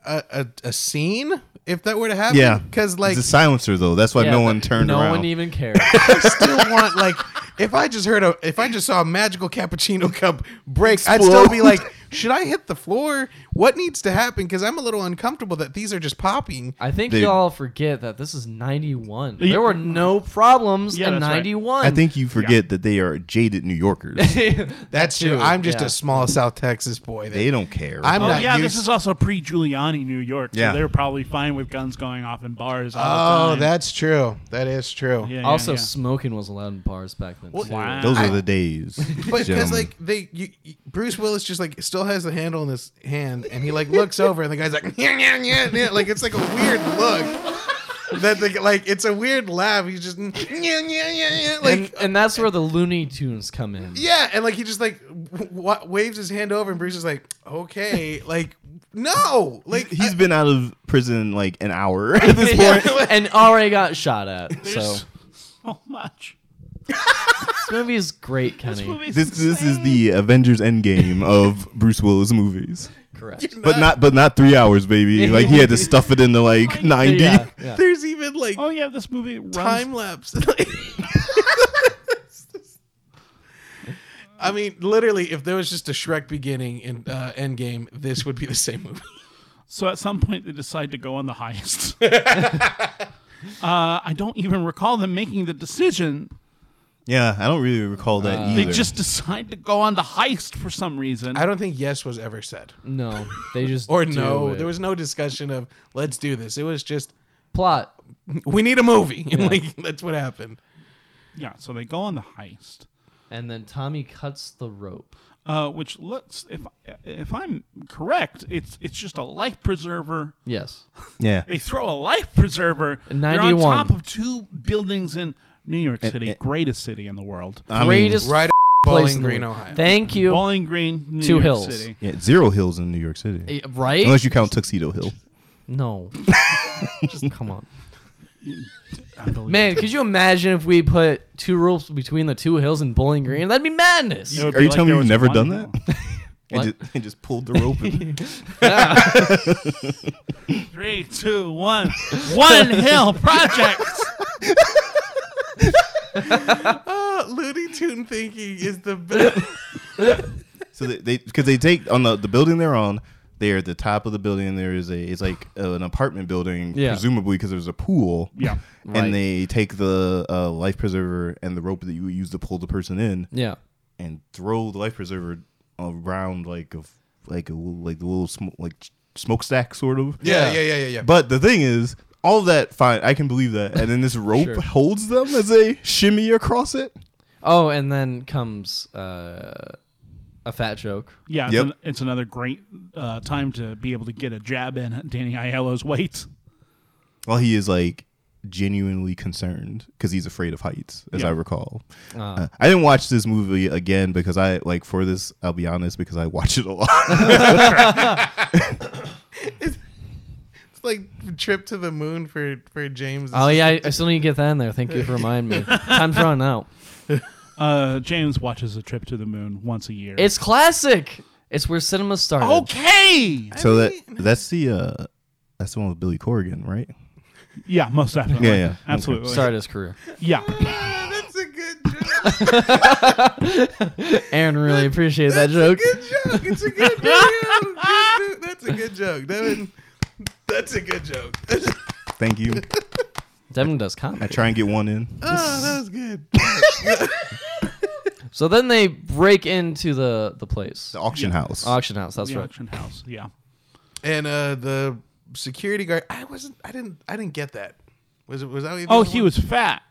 Speaker 1: a, a, a scene if that were to happen.
Speaker 4: Yeah,
Speaker 1: because like
Speaker 4: it's a silencer though. That's why
Speaker 2: Yeah,
Speaker 4: no
Speaker 2: but
Speaker 4: one turned
Speaker 2: No
Speaker 4: around.
Speaker 2: one even cared.
Speaker 1: I still want like if I just heard a if I just saw a magical cappuccino cup break, I'd still be like, [LAUGHS] Should I hit the floor? What needs to happen? Because I'm a little uncomfortable that these are just popping.
Speaker 2: I think
Speaker 4: Dude.
Speaker 2: y'all forget that this is 91.
Speaker 3: You-
Speaker 2: There were no problems
Speaker 3: Yeah,
Speaker 2: in
Speaker 3: that's right.
Speaker 2: 91.
Speaker 4: I think you forget that they are jaded
Speaker 2: [LAUGHS]
Speaker 4: New Yorkers.
Speaker 1: That's true.
Speaker 2: true,
Speaker 1: I'm just
Speaker 2: yeah.
Speaker 1: a small South Texas boy. that-
Speaker 4: they don't care.
Speaker 1: I'm
Speaker 3: Oh
Speaker 1: not
Speaker 3: yeah,
Speaker 1: used-
Speaker 3: this is also pre-Giuliani New York. So
Speaker 4: Yeah.
Speaker 3: they're probably fine with guns going off in bars. All
Speaker 1: Oh,
Speaker 3: the time.
Speaker 1: that's true. That is true.
Speaker 3: Yeah, yeah,
Speaker 2: also,
Speaker 3: yeah.
Speaker 2: smoking was allowed in bars back then.
Speaker 1: Well,
Speaker 2: too.
Speaker 3: wow.
Speaker 4: Those
Speaker 1: I-
Speaker 4: are the [LAUGHS] days.
Speaker 1: But because
Speaker 4: gentlemen.
Speaker 1: like they, you, you- Bruce Willis just like still has the handle in his hand, and he like looks over, and the guy's like, [LAUGHS] yeah, yeah, yeah, yeah. like it's like a weird look. That the, like it's a weird laugh. He's just yeah, yeah, yeah, yeah. Like
Speaker 2: and, and that's where the Looney Tunes come in.
Speaker 1: yeah, and like he just like w- w- waves his hand over, and Bruce is like, okay, like no, like
Speaker 4: He's
Speaker 1: I-
Speaker 4: been out of prison like an hour [LAUGHS]
Speaker 2: [LAUGHS]
Speaker 4: at this
Speaker 1: [LAUGHS]
Speaker 4: point.
Speaker 2: and already got shot at. So
Speaker 3: There's so much.
Speaker 2: this movie is great, Kenny.
Speaker 4: This this is the
Speaker 1: [LAUGHS]
Speaker 4: Avengers Endgame of Bruce Willis movies,
Speaker 1: uh,
Speaker 2: Correct.
Speaker 4: but not but not three hours,
Speaker 1: [LAUGHS]
Speaker 4: baby. Like he had to stuff it into like ninety.
Speaker 2: Yeah, yeah.
Speaker 1: there's even like
Speaker 3: Oh yeah, this movie runs.
Speaker 1: time lapse. [LAUGHS] I mean, literally, if there was just a Shrek beginning and uh, Endgame, this would be the same movie.
Speaker 3: So at some point they decide to go on the
Speaker 4: [LAUGHS]
Speaker 3: highest. uh, I don't even recall them making the decision.
Speaker 4: Yeah, I don't really recall that either.
Speaker 3: They just decide to go on the heist for some reason.
Speaker 1: I don't think yes was ever said
Speaker 2: No, they just
Speaker 1: Mm, or
Speaker 2: do
Speaker 1: no.
Speaker 2: it.
Speaker 1: There was no discussion of let's do this. It was just
Speaker 2: plot.
Speaker 1: we need a movie, [LAUGHS] and like that's what happened.
Speaker 3: yeah, so they go on the heist,
Speaker 2: And then Tommy cuts the rope.
Speaker 3: uh, which looks, if if I'm correct, it's it's just a life preserver.
Speaker 2: Yes.
Speaker 4: yeah.
Speaker 3: They throw a life preserver. They're on
Speaker 2: 91.
Speaker 3: top of two buildings in New York City, greatest city in the world.
Speaker 4: I mean,
Speaker 2: Greatest
Speaker 1: Right,
Speaker 2: place
Speaker 1: Bowling
Speaker 2: in the
Speaker 1: Green,
Speaker 2: world.
Speaker 1: Ohio.
Speaker 2: Thank you.
Speaker 3: Bowling Green, New
Speaker 2: Two
Speaker 3: York
Speaker 2: hills.
Speaker 3: City.
Speaker 4: yeah, zero hills in New York City,
Speaker 2: Eh, Right?
Speaker 4: unless you count Tuxedo Hill.
Speaker 2: no. just come on.
Speaker 3: Unbelievable.
Speaker 2: Man, could you imagine if we put two ropes between the two hills in Bowling Green? That'd be madness.
Speaker 3: It would
Speaker 4: Are
Speaker 3: be
Speaker 4: you
Speaker 3: like
Speaker 4: telling me
Speaker 3: there was
Speaker 4: you've never
Speaker 3: one
Speaker 4: done
Speaker 3: hill.
Speaker 4: that? [LAUGHS] And
Speaker 2: What?
Speaker 4: just, and just pulled the rope.
Speaker 1: [LAUGHS]
Speaker 4: And,
Speaker 3: Three, two, one. One Hill Project.
Speaker 1: Uh, Looney Tune thinking is the best.
Speaker 4: so they because they, take on the, the building they're on. They are at the top of the building. There is a it's like uh, an apartment building,
Speaker 2: Yeah.
Speaker 4: presumably because there's a pool.
Speaker 3: Yeah.
Speaker 2: Right.
Speaker 4: And they take the uh, life preserver and the rope that you would use to pull the person in,
Speaker 2: Yeah.
Speaker 4: and throw the life preserver around like a f- like a little- like a little sm- like ch- smokestack sort of.
Speaker 1: Yeah, yeah, yeah, yeah, yeah.
Speaker 4: But the thing is, all of that fine, I can believe that.
Speaker 2: [LAUGHS]
Speaker 4: And then this rope
Speaker 2: Sure.
Speaker 4: holds them as they shimmy across it.
Speaker 2: Oh, and then comes uh, a fat joke.
Speaker 3: Yeah, it's,
Speaker 4: Yep.
Speaker 3: an- it's another great uh, time to be able to get a jab in at Danny Aiello's weight.
Speaker 4: While he is like genuinely concerned because he's afraid of heights, as
Speaker 3: Yeah.
Speaker 4: I recall.
Speaker 2: Ah.
Speaker 4: Uh, I didn't watch this movie again because I like for this. I'll be honest because I watch it a lot.
Speaker 1: It's like trip to the moon for for James.
Speaker 2: Oh yeah, I, I still need to get that in there. Thank you for reminding
Speaker 1: [LAUGHS]
Speaker 2: me. Time's running out.
Speaker 3: Uh, James watches a trip to the moon once a year.
Speaker 2: It's classic. It's where cinema started.
Speaker 3: okay.
Speaker 4: so that that's the uh that's the one with Billy Corrigan, right?
Speaker 3: Yeah, most definitely.
Speaker 4: Yeah, yeah.
Speaker 3: Absolutely.
Speaker 2: Started his career.
Speaker 3: Yeah.
Speaker 1: Ah, that's a good joke.
Speaker 2: Aaron really appreciated that
Speaker 1: That's
Speaker 2: joke.
Speaker 1: a good joke. It's a good joke. Good joke. That's a good joke. That would, that's a good joke. [LAUGHS]
Speaker 4: Mm, Thank you.
Speaker 2: Devin does
Speaker 4: I
Speaker 2: comedy.
Speaker 4: try and get one in.
Speaker 1: oh, that was good.
Speaker 2: So then they break into the the place,
Speaker 4: The auction house.
Speaker 2: auction house. That's
Speaker 3: The
Speaker 2: right.
Speaker 3: auction house. Yeah.
Speaker 1: And uh the security guard, I wasn't. I didn't. I didn't get that. Was it? Was that? even
Speaker 3: Oh,
Speaker 1: the
Speaker 3: he
Speaker 1: one-
Speaker 3: was fat.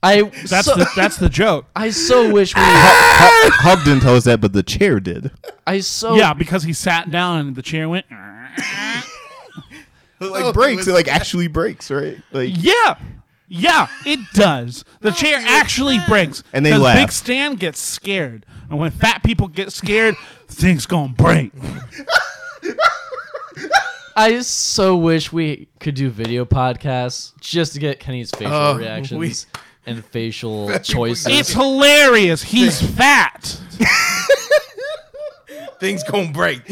Speaker 2: I
Speaker 3: That's
Speaker 2: so,
Speaker 3: the that's the joke.
Speaker 2: I so wish
Speaker 3: [LAUGHS]
Speaker 2: we.
Speaker 4: Hub, [LAUGHS] Hub didn't tell us that, but the chair did.
Speaker 2: I so
Speaker 3: Yeah, because he sat down and the chair went.
Speaker 4: like
Speaker 1: [LAUGHS] Oh,
Speaker 4: breaks.
Speaker 1: it
Speaker 4: It,
Speaker 1: was-
Speaker 4: like actually breaks, right? Like
Speaker 3: Yeah. Yeah, it does. The chair actually breaks.
Speaker 4: And they
Speaker 3: 'Cause
Speaker 4: laugh.
Speaker 3: Big Stan gets scared. And when fat people get scared, things gonna
Speaker 4: [LAUGHS]
Speaker 3: break.
Speaker 2: I so wish we could do video podcasts just to get Kenny's facial
Speaker 1: Oh,
Speaker 2: reactions
Speaker 1: we-
Speaker 2: and
Speaker 3: [LAUGHS]
Speaker 2: facial
Speaker 1: That's what we
Speaker 2: choices.
Speaker 3: It's hilarious. He's fat.
Speaker 1: Things gonna break.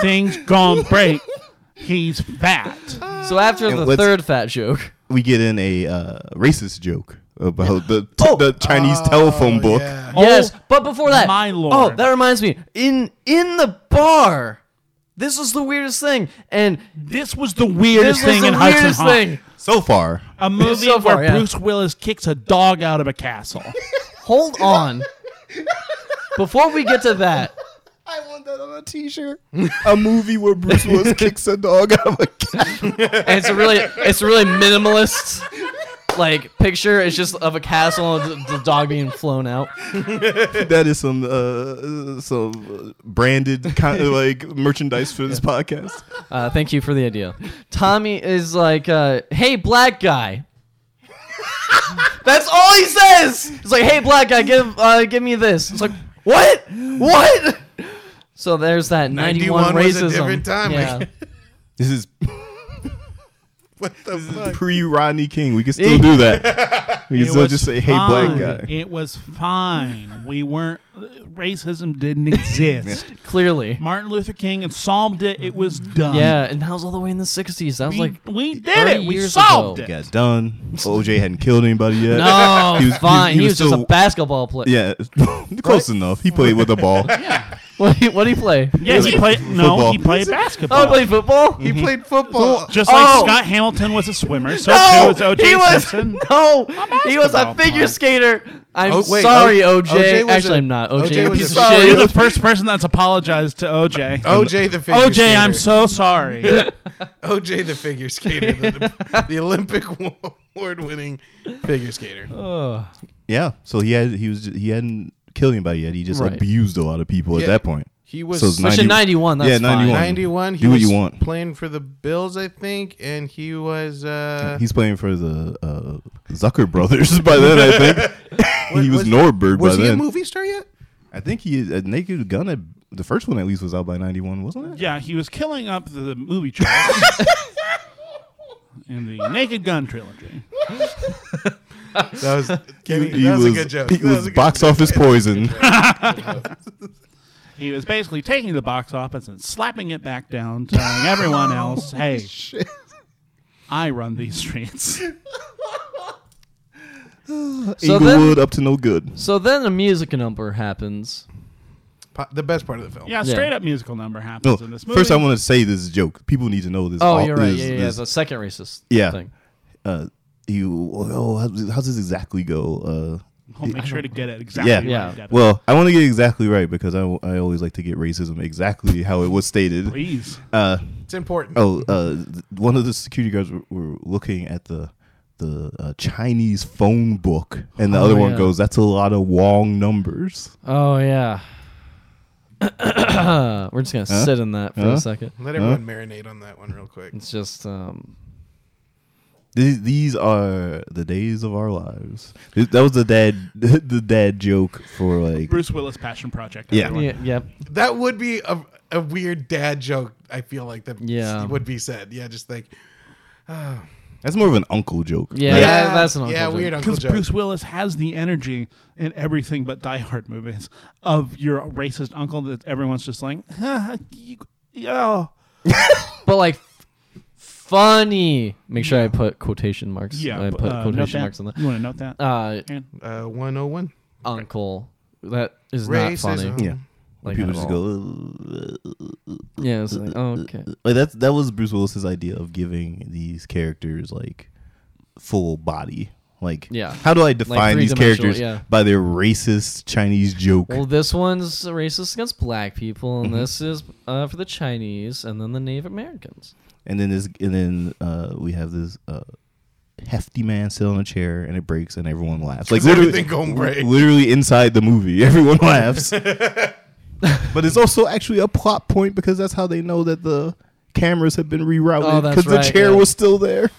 Speaker 3: Things gonna break. He's fat.
Speaker 2: so after
Speaker 4: And
Speaker 2: the
Speaker 4: what's-
Speaker 3: [LAUGHS]
Speaker 2: third fat joke,
Speaker 4: we get in a uh, racist joke about the t- the Chinese telephone book.
Speaker 1: Yeah.
Speaker 2: Yes,
Speaker 3: Oh,
Speaker 2: but before that,
Speaker 3: my lord.
Speaker 2: Oh, that reminds me. In in the bar, this was the weirdest thing, and
Speaker 3: This was the weirdest
Speaker 2: this was
Speaker 3: thing
Speaker 2: the
Speaker 3: in Hudson
Speaker 2: weirdest
Speaker 3: Hawk.
Speaker 2: thing.
Speaker 4: So far,
Speaker 3: A movie
Speaker 2: So far,
Speaker 3: where
Speaker 2: yeah.
Speaker 3: Bruce Willis kicks a dog out of a
Speaker 4: [LAUGHS]
Speaker 3: castle.
Speaker 2: Hold on. Before we get to that,
Speaker 4: I want that on a T-shirt. a movie where Bruce [LAUGHS] Willis kicks a dog out of a cat.
Speaker 2: and it's a really it's a really minimalist like picture. It's just of a castle and the, the dog being flown out.
Speaker 4: that is some uh, some uh, branded [LAUGHS] kind of like merchandise for this podcast.
Speaker 2: Uh, thank you for the idea. Tommy is like, uh, "Hey, black guy." That's all he says. He's like, "Hey, black guy, give uh, give me this." It's like, "What? What?" So there's that
Speaker 1: 91
Speaker 2: 91, racism.
Speaker 1: was a different time. [LAUGHS]
Speaker 2: Yeah.
Speaker 4: This is
Speaker 1: What the fuck?
Speaker 4: pre Rodney King. We can still do that. [LAUGHS] We can
Speaker 3: It
Speaker 4: still
Speaker 3: was
Speaker 4: just say, "Hey,
Speaker 3: fine.
Speaker 4: black guy."
Speaker 3: It was fine. We weren't. Racism
Speaker 4: [LAUGHS]
Speaker 3: didn't exist.
Speaker 2: Clearly.
Speaker 3: Martin Luther King and solved it. It was done.
Speaker 2: Yeah, and that was all the way in the 60s. That was
Speaker 3: We,
Speaker 2: like
Speaker 3: we did it.
Speaker 2: 30
Speaker 3: We
Speaker 2: years
Speaker 3: solved
Speaker 2: ago.
Speaker 3: it.
Speaker 4: Got done. OJ hadn't killed anybody yet.
Speaker 2: No,
Speaker 4: He was- he-
Speaker 2: fine. He,
Speaker 4: he was
Speaker 2: was, just
Speaker 4: still-
Speaker 2: a basketball player.
Speaker 4: [LAUGHS] Yeah, [LAUGHS] close enough. He played with
Speaker 2: [LAUGHS]
Speaker 4: the ball.
Speaker 2: What do you, what do you play?
Speaker 3: Yeah, he played. No,
Speaker 4: Football.
Speaker 3: he played
Speaker 2: Oh,
Speaker 3: basketball.
Speaker 2: he played football.
Speaker 1: He played football.
Speaker 3: Just like
Speaker 2: Oh.
Speaker 3: Scott Hamilton was a swimmer, so
Speaker 2: no,
Speaker 3: too was O.J.
Speaker 2: he was [LAUGHS]
Speaker 3: Simpson.
Speaker 2: no, he was a
Speaker 3: basketball
Speaker 2: figure
Speaker 3: player.
Speaker 2: skater. I'm
Speaker 1: Oh, wait,
Speaker 2: sorry,
Speaker 1: O-
Speaker 2: OJ.
Speaker 1: OJ was
Speaker 2: Actually,
Speaker 1: a-
Speaker 2: i I'm not. OJ,
Speaker 1: OJ
Speaker 2: you're a
Speaker 1: was
Speaker 2: piece
Speaker 1: a
Speaker 2: of
Speaker 1: figure
Speaker 2: shit.
Speaker 3: You're the first person that's apologized to OJ.
Speaker 1: OJ the figure skater.
Speaker 3: OJ, I'm so sorry.
Speaker 2: [LAUGHS]
Speaker 1: OJ the figure skater, the, the Olympic [LAUGHS] award winning figure skater.
Speaker 4: Yeah. So he had he was he hadn't killed anybody yet. He just
Speaker 2: Right.
Speaker 4: abused a lot of people
Speaker 1: Yeah.
Speaker 4: at that point.
Speaker 1: He was
Speaker 4: So it's
Speaker 2: Which in 91, that's
Speaker 4: yeah,
Speaker 2: fine.
Speaker 4: 91.
Speaker 1: 91. He
Speaker 4: Do what
Speaker 1: was
Speaker 4: you want.
Speaker 1: Playing for the Bills, I think, and he was. Uh,
Speaker 4: He's playing for the uh, Zucker brothers [LAUGHS] by then. I think
Speaker 1: [LAUGHS]
Speaker 4: he was,
Speaker 1: was-
Speaker 4: Norberg
Speaker 1: was
Speaker 4: by
Speaker 1: he
Speaker 4: then.
Speaker 1: a movie star yet?
Speaker 4: I think he uh, Naked Gun. had- The first one at least was out by 91, wasn't it?
Speaker 3: yeah, he was killing up the movie trailer
Speaker 2: [LAUGHS]
Speaker 3: in the Naked Gun trilogy.
Speaker 1: That was,
Speaker 4: He, he
Speaker 1: that was,
Speaker 4: was,
Speaker 1: a good joke.
Speaker 4: He
Speaker 1: That
Speaker 4: was,
Speaker 1: a good
Speaker 4: box
Speaker 1: joke.
Speaker 4: office poison.
Speaker 3: He was basically taking the box office and slapping it
Speaker 2: [LAUGHS]
Speaker 3: back down, telling everyone else, "Hey, I run
Speaker 2: [LAUGHS]
Speaker 3: these streets."
Speaker 2: So then-
Speaker 4: Inglewood up to no good.
Speaker 2: [LAUGHS] So then a music number happens.
Speaker 1: Po- The best part of the film.
Speaker 3: Yeah,
Speaker 2: Yeah.
Speaker 3: straight up musical number
Speaker 4: No,
Speaker 3: happens in this movie.
Speaker 4: first I want to say this joke. People need to know this.
Speaker 2: Oh,
Speaker 4: All-
Speaker 2: you're right.
Speaker 4: this-
Speaker 2: yeah, yeah,
Speaker 4: this-
Speaker 2: the second racist
Speaker 4: Yeah.
Speaker 2: thing.
Speaker 4: uh, you oh, how, how does this exactly go? Uh,
Speaker 3: I'll make sure to get it exactly
Speaker 4: yeah,
Speaker 3: right.
Speaker 2: Yeah.
Speaker 3: Devin.
Speaker 4: Well, I want to get exactly right because I, I always like to get racism exactly how it was
Speaker 3: [LAUGHS]
Speaker 4: stated.
Speaker 3: please.
Speaker 4: Uh,
Speaker 1: It's important.
Speaker 4: oh, uh, th- one of the security guards were, were looking at the the uh, Chinese phone book, and the
Speaker 2: Oh,
Speaker 4: other one
Speaker 2: yeah.
Speaker 4: goes, "That's a lot of Wong numbers."
Speaker 2: Oh yeah. [COUGHS] We're just gonna sit in that for
Speaker 4: Huh?
Speaker 2: a second.
Speaker 1: Let everyone marinate on that one real quick.
Speaker 2: It's just um,
Speaker 4: These, these are the days of our lives. Th- That was the dad [LAUGHS] the dad joke for like
Speaker 3: Bruce Willis Passion Project.
Speaker 4: Yeah.
Speaker 3: everyone.
Speaker 2: yeah, yep.
Speaker 1: That would be a, a weird dad joke. I feel like that
Speaker 2: Yeah.
Speaker 1: would be said. Yeah, just like
Speaker 4: that's more of an uncle joke.
Speaker 2: Yeah,
Speaker 4: right?
Speaker 2: that- that's an uncle
Speaker 1: yeah,
Speaker 2: joke.
Speaker 1: weird uncle
Speaker 3: Because
Speaker 1: joke.
Speaker 3: Bruce Willis has the energy in everything but Die Hard movies of your racist uncle that everyone's just like, "Huh, you, oh.
Speaker 2: but like f- funny. Make sure I put quotation marks.
Speaker 3: yeah.
Speaker 2: I
Speaker 3: but,
Speaker 2: put
Speaker 3: uh, note
Speaker 2: quotation
Speaker 3: that.
Speaker 2: marks on that.
Speaker 3: You want to note that?
Speaker 2: Uh,
Speaker 3: Aaron?
Speaker 1: uh, 101.
Speaker 2: uncle. That is not funny.
Speaker 1: Racism.
Speaker 4: Yeah.
Speaker 2: Like,
Speaker 4: People
Speaker 2: at all.
Speaker 4: just go uh, "Ugh."
Speaker 2: Yeah, it's like oh, okay.
Speaker 4: like that's that was Bruce Willis's idea of giving these characters like full body. Like
Speaker 2: Yeah.
Speaker 4: how do I define these
Speaker 2: three-dimensional,
Speaker 4: characters
Speaker 2: yeah.
Speaker 4: by their racist Chinese joke?
Speaker 2: Well, this one's racist against black people,
Speaker 4: Mm-hmm.
Speaker 2: and this is uh, for the Chinese, and then the Native Americans.
Speaker 4: and then this and then uh, we have this uh, hefty man sitting on a chair and it breaks and everyone laughs. Like
Speaker 1: 'Cause
Speaker 4: literally,
Speaker 1: everything gonna break.
Speaker 4: literally inside the movie, [LAUGHS]
Speaker 1: [LAUGHS]
Speaker 4: everyone laughs. but it's also actually a plot point because that's how they know that the cameras have been
Speaker 2: Oh,
Speaker 4: rerouted
Speaker 2: that's
Speaker 4: because
Speaker 2: right,
Speaker 4: the chair
Speaker 2: yeah.
Speaker 4: was still there.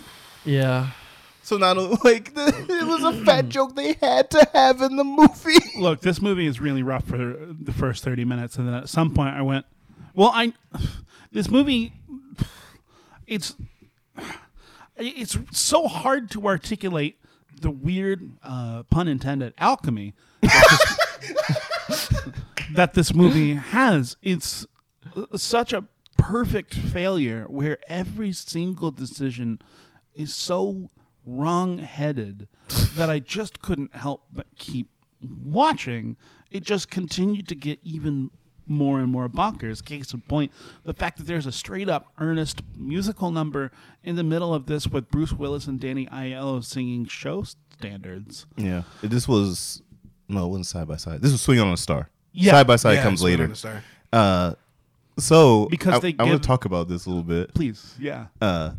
Speaker 2: Yeah.
Speaker 4: So not only, [LAUGHS] like the, it was a fat joke they had to have in the movie. [LAUGHS]
Speaker 3: Look, this movie is really rough for the first 30 minutes. And then at some point I went, well, I, this movie, it's, it's so hard to articulate the weird, uh, pun intended, alchemy that this [LAUGHS] movie has. It's such a perfect failure where every single decision is so wrong-headed that I just couldn't help but keep watching. It just continued to get even more and more bonkers. Case in point, the fact that there's a straight-up earnest musical number in the middle of this with Bruce Willis and Danny Aiello singing show standards.
Speaker 4: Yeah. This was no, it wasn't side by side. This was Swing on a Star.
Speaker 3: Yeah.
Speaker 4: Side by side
Speaker 1: Yeah,
Speaker 4: comes
Speaker 1: Swing on
Speaker 4: later.
Speaker 1: a Star.
Speaker 4: Uh, so
Speaker 3: Because
Speaker 4: I,
Speaker 3: they
Speaker 4: I want
Speaker 3: give-
Speaker 4: to talk about this a little bit
Speaker 3: Please, yeah.
Speaker 4: Uh,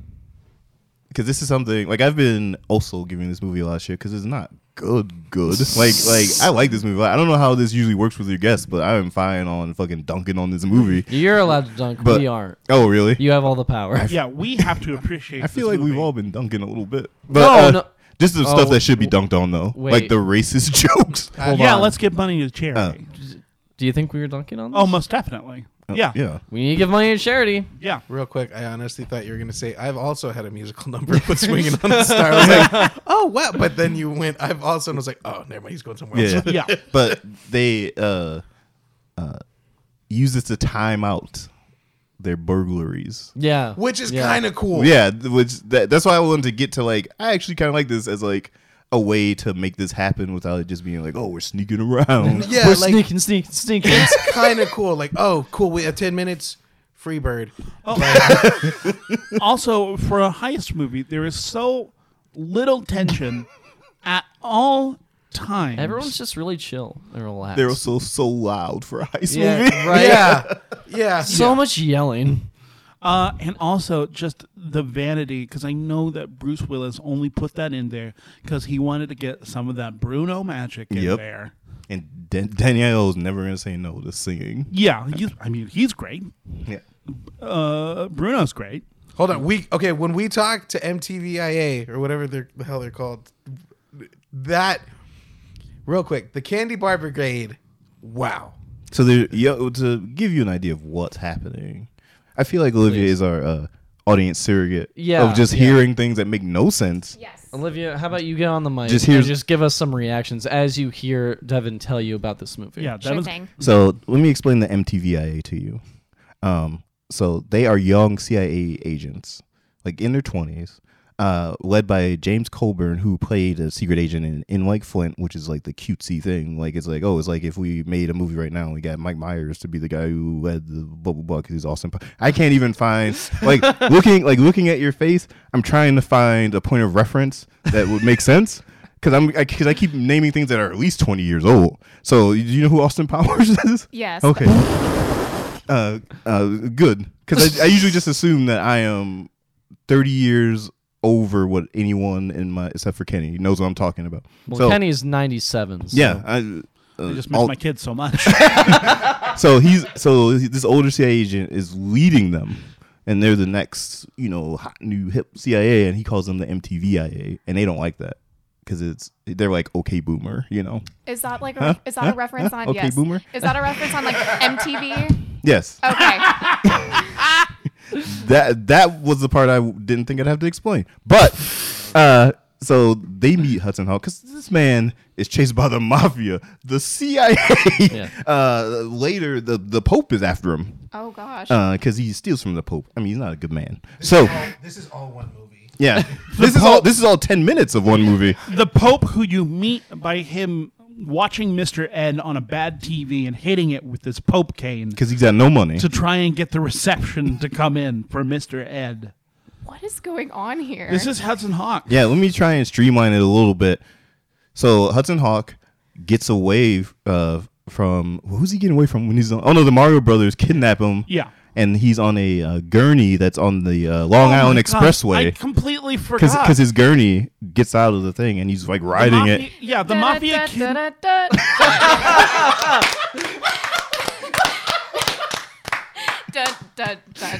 Speaker 4: because this is something like I've been also giving this movie a lot of shit because it's not good. Good. like like I like this movie. I don't know how this usually works with your guests, but I am fine on fucking dunking on this movie.
Speaker 2: You're allowed to dunk.
Speaker 4: But-
Speaker 2: we aren't.
Speaker 4: Oh really?
Speaker 2: You have all the power.
Speaker 3: yeah, we have to appreciate.
Speaker 4: I feel
Speaker 3: this
Speaker 4: like we've
Speaker 3: movie.
Speaker 4: all been dunking a little bit.
Speaker 2: No,
Speaker 4: But uh,
Speaker 2: no.
Speaker 4: just the
Speaker 2: Oh,
Speaker 4: stuff that should be dunked on though, like
Speaker 2: wait.
Speaker 4: the racist [LAUGHS] jokes.
Speaker 2: Hold
Speaker 3: yeah,
Speaker 2: on.
Speaker 3: let's give money to charity.
Speaker 4: Uh,
Speaker 2: Do you think we were dunking on this?
Speaker 3: oh, most definitely. yeah, yeah,
Speaker 4: Yeah.
Speaker 2: We need to give money to charity.
Speaker 3: yeah.
Speaker 1: Real quick, I honestly thought you were gonna say I've also had a musical [LAUGHS] number
Speaker 2: [LAUGHS]
Speaker 1: with swinging on a star. I was like, oh wow! But then you went. I've also and I was like, oh, never mind. He's going somewhere else.
Speaker 4: Yeah.
Speaker 3: Yeah.
Speaker 4: but they uh, uh, use this to time out their burglaries.
Speaker 2: Yeah.
Speaker 1: [LAUGHS] Which is
Speaker 2: Yeah.
Speaker 1: kind of cool.
Speaker 4: Yeah, th- which that, that's why I wanted to get to like I actually kind of like this as like a way to make this happen without it just being like oh we're sneaking around. [LAUGHS]
Speaker 1: yeah.
Speaker 2: We're
Speaker 1: like
Speaker 2: sneaking, sneaking, sneaking.
Speaker 1: it's kind of cool. Like, oh, cool. We have ten minutes. Free bird.
Speaker 3: also, for a heist movie, there is so little tension at all
Speaker 2: [LAUGHS]
Speaker 3: times.
Speaker 2: Everyone's just really chill and relaxed.
Speaker 4: They're also so loud for a heist
Speaker 2: yeah,
Speaker 4: [LAUGHS] movie.
Speaker 2: right.
Speaker 1: Yeah. Yeah.
Speaker 2: So much yelling.
Speaker 3: uh, and also just the vanity, because I know that Bruce Willis only put that in there because he wanted to get some of that Bruno magic in
Speaker 4: Yep.
Speaker 3: there.
Speaker 4: And Dan- Danielle's never gonna say no to singing.
Speaker 3: Yeah, he's, I mean he's great.
Speaker 4: Yeah.
Speaker 3: Uh, Bruno's great.
Speaker 1: Hold on. We okay. When we talk to MTVIA or whatever they're, the hell they're called, that real quick. The Candy Bar Brigade. Wow.
Speaker 4: So there, yo, to give you an idea of what's happening, I feel like Olivia is our uh, audience surrogate
Speaker 2: Yeah,
Speaker 4: of just
Speaker 2: yeah.
Speaker 4: hearing things that make no sense.
Speaker 5: Yes.
Speaker 2: Olivia, how about you get on the mic
Speaker 4: Just
Speaker 2: and
Speaker 4: here's-
Speaker 2: just give us some reactions as you hear Devin tell you about this movie.
Speaker 3: Yeah, that
Speaker 5: Sure
Speaker 3: was
Speaker 5: thing.
Speaker 4: So let me explain the MTVIA to you. Um, so they are young CIA agents, like in their twenties, uh, led by James Colburn, who played a secret agent in, in like Flint, which is like the cutesy thing. Like it's like oh, it's like if we made a movie right now, we got Mike Myers to be the guy who led the blah blah blah because he's awesome. I can't even find like looking like looking at your face. I'm trying to find a point of reference that would make sense. Cause I'm, I, cause I keep naming things that are at least twenty years old. So do you know who Austin Powers [LAUGHS] is?
Speaker 5: Yes.
Speaker 4: Okay. Uh, uh, good. Because I, I usually just assume that I am 30 years over what anyone in my, except for Kenny, knows what I'm talking about.
Speaker 2: Well,
Speaker 4: so,
Speaker 2: Kenny is 97. so-
Speaker 4: yeah. I,
Speaker 3: I
Speaker 4: uh,
Speaker 3: just miss
Speaker 4: all-
Speaker 3: my kids so much.
Speaker 4: so he's so this older CIA agent is leading them, and they're the next you know hot new hip CIA, and he calls them the MTVIA, and they don't like that because it's they're like okay boomer, you know.
Speaker 5: Is that like
Speaker 4: Huh?
Speaker 5: a, is that
Speaker 4: Huh?
Speaker 5: a reference on
Speaker 4: Okay,
Speaker 5: yes?
Speaker 4: boomer.
Speaker 5: Is that a reference on like [LAUGHS] MTV?
Speaker 4: Yes,
Speaker 5: Okay.
Speaker 4: that that was the part I didn't think I'd have to explain. But uh, so they meet Hudson Hawk because this man is chased by the mafia, the CIA.
Speaker 2: Yeah.
Speaker 4: [LAUGHS] Uh, later, the the Pope is after him
Speaker 5: Oh gosh.
Speaker 4: because he steals from the Pope. I mean, he's not a good man.
Speaker 5: [LAUGHS]
Speaker 4: So
Speaker 1: This is all one movie.
Speaker 4: yeah, this is all this is all ten minutes of one movie.
Speaker 3: the Pope who you meet by him watching Mr. Ed on a bad TV and hitting it with this Pope cane
Speaker 4: Because he's got no money.
Speaker 3: to try and get the reception to come in for Mr. Ed.
Speaker 5: what is going on here?
Speaker 3: This is Hudson Hawk.
Speaker 4: Yeah, let me try and streamline it a little bit. So Hudson Hawk gets away uh, from who's he getting away from when he's on? Oh no, the Mario Brothers kidnap him.
Speaker 3: Yeah.
Speaker 4: and he's on a uh, gurney that's on the uh, Long
Speaker 3: Oh
Speaker 4: Island
Speaker 3: my God, I
Speaker 4: Expressway
Speaker 3: completely
Speaker 4: because
Speaker 3: forgot.
Speaker 4: his gurney gets out of the thing and he's like
Speaker 3: The
Speaker 4: riding
Speaker 3: mafia-
Speaker 4: it.
Speaker 3: Yeah, the mafia kid.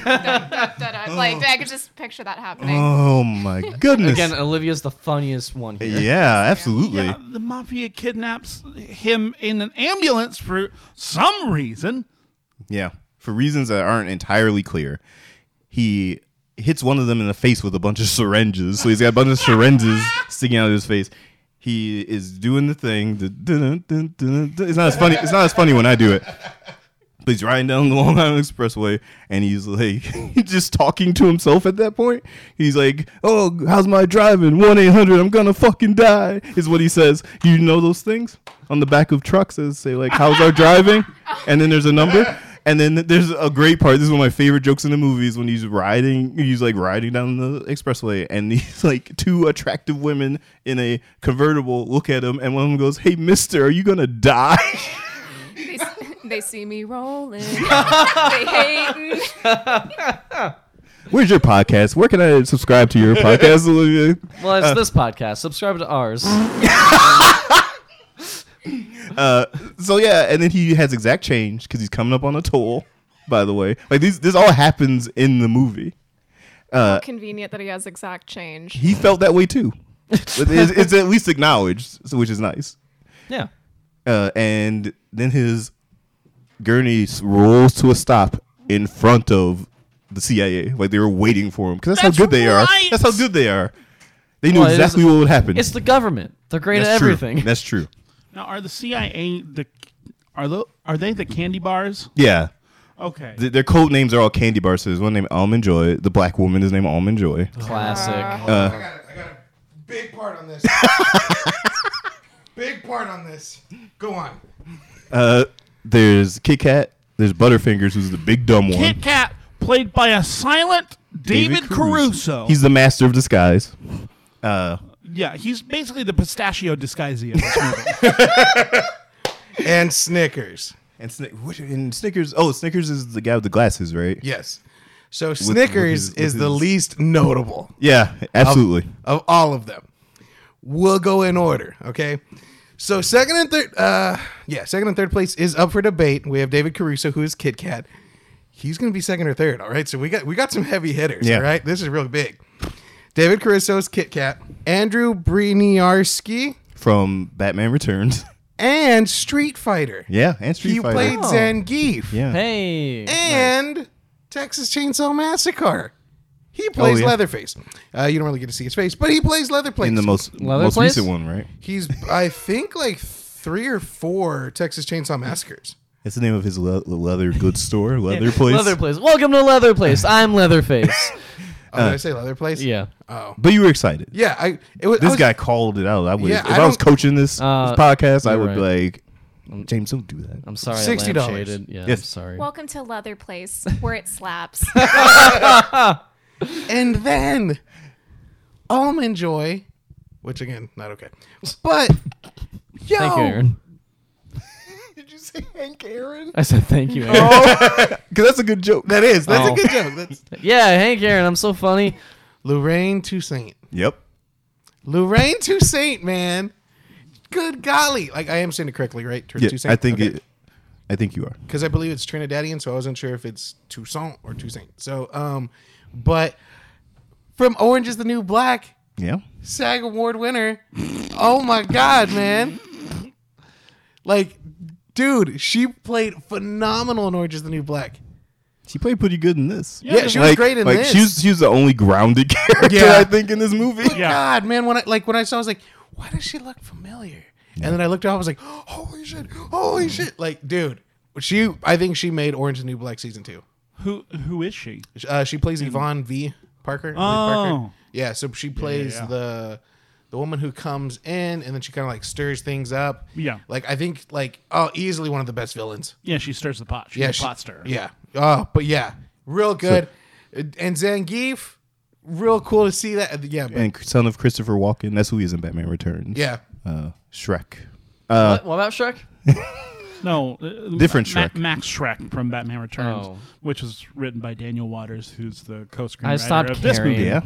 Speaker 5: Like I could just picture that happening.
Speaker 4: Oh my goodness!
Speaker 2: Again, uh, Olivia's the funniest one here.
Speaker 4: yeah, absolutely.
Speaker 3: Yeah, the mafia kidnaps him in an ambulance for some reason.
Speaker 4: Yeah. For reasons that aren't entirely clear, he hits one of them in the face with a bunch of syringes. So he's got a bunch of syringes sticking out of his face. He is doing the thing. the dun- dun- dun- dun- dun- It's not as funny. It's not as funny when I do it. But he's riding down the Long Island Expressway and he's like, [LAUGHS] he's just talking to himself at that point. He's like, oh, how's my driving? 1 800, I'm gonna fucking die, is what he says. You know those things on the back of trucks that say, like, how's our driving? And then there's a number. And then there's a great part. This is one of my favorite jokes in the movies when he's riding, he's like riding down the expressway, and these [LAUGHS] like two attractive women in a convertible look at him, and one of them goes, "Hey, Mister, are you gonna die?" [LAUGHS]
Speaker 5: They, s- they see me rolling. they hating.
Speaker 4: Where's your podcast? Where can I subscribe to your podcast, Olivia?
Speaker 2: Well, it's this podcast. Subscribe to
Speaker 4: [LAUGHS]
Speaker 2: ours.
Speaker 4: Uh, so yeah, and then he has exact change because he's coming up on a toll. By the way, like these, this all happens in the movie.
Speaker 5: Convenient that he has exact change.
Speaker 4: He felt that way too. it's, it's at least acknowledged, so- which is nice.
Speaker 2: Yeah.
Speaker 4: uh, and then his gurney s- rolls to a stop in front of the CIA. Like they were waiting for him because that's, how good they are. That's how good they are. They knew
Speaker 2: Well, it is-
Speaker 4: exactly what would happen.
Speaker 2: It's the government. They're great
Speaker 4: that's
Speaker 2: at
Speaker 4: true.
Speaker 2: everything.
Speaker 4: That's true.
Speaker 3: Now, are the CIA the are the are they the candy bars?
Speaker 4: Yeah.
Speaker 3: Okay.
Speaker 4: Th- their code names are all candy bars. So there's one named Almond Joy. The black woman is named Almond Joy.
Speaker 2: Classic.
Speaker 4: Uh.
Speaker 1: I got it. I got a big part on [LAUGHS] this. big part on this. Go on.
Speaker 4: Uh, there's Kit Kat. There's Butterfingers, who's the big dumb one.
Speaker 3: Kit Kat, played by a silent David, Caruso.
Speaker 4: He's the master of disguise.
Speaker 3: yeah, he's basically the pistachio disguisee of this
Speaker 4: [LAUGHS]
Speaker 3: movie.
Speaker 1: And Snickers.
Speaker 4: And, Snick- which, and Snickers. Oh, Snickers is the guy with the glasses, right?
Speaker 1: Yes. So
Speaker 4: with
Speaker 1: Snickers
Speaker 4: his- with
Speaker 1: is the
Speaker 4: his-
Speaker 1: least notable.
Speaker 4: Yeah, absolutely.
Speaker 1: of all of them. We'll go in order, okay? So second and third, uh, yeah, second and third place is up for debate. We have David Caruso, who is Kit Kat. He's going to be second or third, all right? So we got we got some heavy hitters,
Speaker 4: Yeah.
Speaker 1: all right? This is real big. David Caruso is Kit Kat. Andrew Briniarski
Speaker 4: from Batman Returns. [LAUGHS]
Speaker 1: and Street Fighter.
Speaker 4: yeah, and Street
Speaker 1: he
Speaker 4: Fighter.
Speaker 1: played
Speaker 2: Oh.
Speaker 1: Zangief.
Speaker 4: yeah.
Speaker 2: Hey.
Speaker 1: and Texas Chainsaw Massacre. He plays
Speaker 4: Oh, yeah.
Speaker 1: Leatherface. Uh, you don't really get to see his face, but he plays Leatherface
Speaker 4: in the most
Speaker 2: Leather
Speaker 4: most
Speaker 2: Place?
Speaker 4: recent one, right?
Speaker 1: He's, I think, like three or four Texas Chainsaw Massacres.
Speaker 4: That's the name of his le- leather goods store, leather place.
Speaker 2: Leather Place. Welcome to Leather Place. I'm
Speaker 4: [LAUGHS]
Speaker 2: Leatherface.
Speaker 1: Oh,
Speaker 4: Uh,
Speaker 1: did I say Leather Place?
Speaker 2: yeah.
Speaker 4: But you were excited.
Speaker 1: yeah. I it was I
Speaker 4: This
Speaker 1: was-
Speaker 4: guy called it out. I would,
Speaker 1: Yeah,
Speaker 4: if
Speaker 1: I
Speaker 4: I, was
Speaker 1: don't-
Speaker 4: coaching this,
Speaker 2: Uh,
Speaker 4: this podcast, I
Speaker 2: you're
Speaker 4: would be like, James, don't do that.
Speaker 2: I'm sorry.
Speaker 1: $60.
Speaker 2: I lampshaded. Yeah,
Speaker 4: Yes.
Speaker 2: I'm sorry.
Speaker 5: Welcome to Leather Place, where it slaps.
Speaker 1: and then Almond Joy, which again not okay, but yo,
Speaker 2: thank you, Aaron.
Speaker 1: [LAUGHS] did you say Hank Aaron?
Speaker 2: I said thank
Speaker 3: [LAUGHS] Oh,
Speaker 2: you, Aaron.
Speaker 4: Because that's a good joke.
Speaker 1: That is that's
Speaker 2: Oh.
Speaker 1: a good joke. That's
Speaker 2: Yeah, Hank Aaron. I'm so funny.
Speaker 1: Lorraine Toussaint.
Speaker 4: Yep.
Speaker 1: Lorraine Toussaint, man. Good golly! Like I am saying it correctly, right? Tur-
Speaker 4: Yeah,
Speaker 1: Toussaint?
Speaker 4: I think
Speaker 1: Okay.
Speaker 4: it. I think you are.
Speaker 1: because I believe it's Trinidadian, so I wasn't sure if it's Toussaint or Toussaint. So, um, but from Orange is the New Black,
Speaker 4: Yeah.
Speaker 1: SAG Award winner. Oh my God, man. Like, dude, she played phenomenal in Orange is the New Black.
Speaker 4: She played pretty good in this.
Speaker 1: Yeah, she was
Speaker 4: Like-
Speaker 1: great in
Speaker 4: like,
Speaker 1: this.
Speaker 4: She was, she was the only grounded [LAUGHS] character,
Speaker 1: Yeah.
Speaker 4: I think, in this movie.
Speaker 3: Yeah.
Speaker 1: God, man, when I like when I saw, I was like, why does she look familiar? And then I looked up, I was like, holy shit, holy shit. Like, dude, she, I think she made Orange is the New Black season two.
Speaker 3: who who is she?
Speaker 1: Uh, she plays Yvonne V. Parker. Lee
Speaker 3: Hmm. Oh.
Speaker 1: Parker. Yeah, so she plays
Speaker 3: yeah.
Speaker 1: the the woman who comes in and then she kind of like stirs things up.
Speaker 3: Yeah.
Speaker 1: Like I think like oh easily one of the best villains.
Speaker 3: Yeah, she stirs the pot. She's
Speaker 1: Yeah,
Speaker 3: a
Speaker 1: she-
Speaker 3: pot stirrer.
Speaker 1: Yeah. Oh, but yeah, real good. and Zangief, real cool to see that. Uh, Yeah, but
Speaker 4: And son of Christopher Walken. That's who he is in Batman Returns.
Speaker 1: yeah.
Speaker 4: Uh, Shrek. Uh,
Speaker 2: what, what about Shrek?
Speaker 3: No, uh,
Speaker 4: Different
Speaker 3: Ma-
Speaker 4: Shrek.
Speaker 3: Max Shrek from Batman Returns,
Speaker 2: Oh.
Speaker 3: which was written by Daniel Waters, who's the co-screenwriter
Speaker 2: I stopped
Speaker 3: of this
Speaker 2: caring.
Speaker 3: movie.
Speaker 4: Yeah.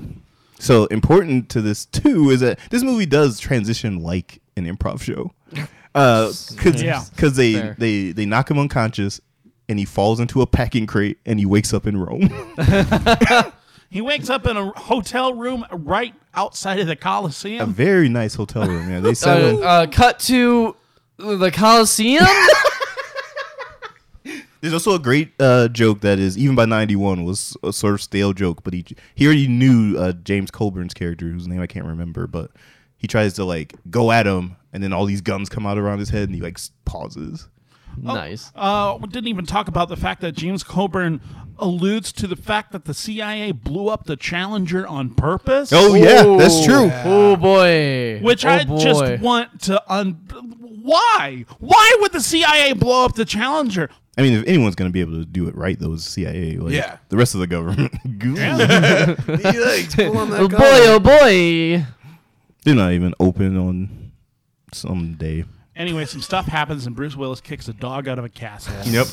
Speaker 4: So important to this too is that this movie does transition like an
Speaker 1: [LAUGHS]
Speaker 4: improv show, because
Speaker 3: Yeah.
Speaker 4: because they
Speaker 2: Fair.
Speaker 4: they they knock him unconscious, and he falls into a packing crate and he wakes up in Rome.
Speaker 1: [LAUGHS]
Speaker 3: He wakes up in a hotel room right outside of the
Speaker 4: a
Speaker 3: Coliseum.
Speaker 4: very nice hotel room.
Speaker 1: [LAUGHS]
Speaker 4: Yeah, they
Speaker 2: Uh,
Speaker 4: set him.
Speaker 2: uh, cut to the Coliseum.
Speaker 4: [LAUGHS] There's also a great uh, joke that is even by '91 was a sort of stale joke, but he he already knew uh, James Colburn's character, whose name I can't remember, but he tries to like go at him, and then all these guns come out around his head, and he like s- pauses.
Speaker 2: Nice.
Speaker 3: Uh, we didn't even talk about the fact that James Coburn alludes to the fact that the CIA blew up the Challenger on purpose.
Speaker 4: Oh yeah, that's true.
Speaker 2: Oh boy.
Speaker 3: Which
Speaker 2: Oh,
Speaker 3: I
Speaker 2: boy.
Speaker 3: just want to un. Why? Why would the CIA blow up the Challenger?
Speaker 4: I mean, if anyone's gonna be able to do it right, though, it's CIA. Like,
Speaker 1: Yeah.
Speaker 4: The rest of the government. [LAUGHS]
Speaker 2: Oh boy, oh boy.
Speaker 4: They're not even open on some day.
Speaker 3: Anyway, some stuff happens and Bruce Willis kicks a dog out of a castle.
Speaker 4: Yep.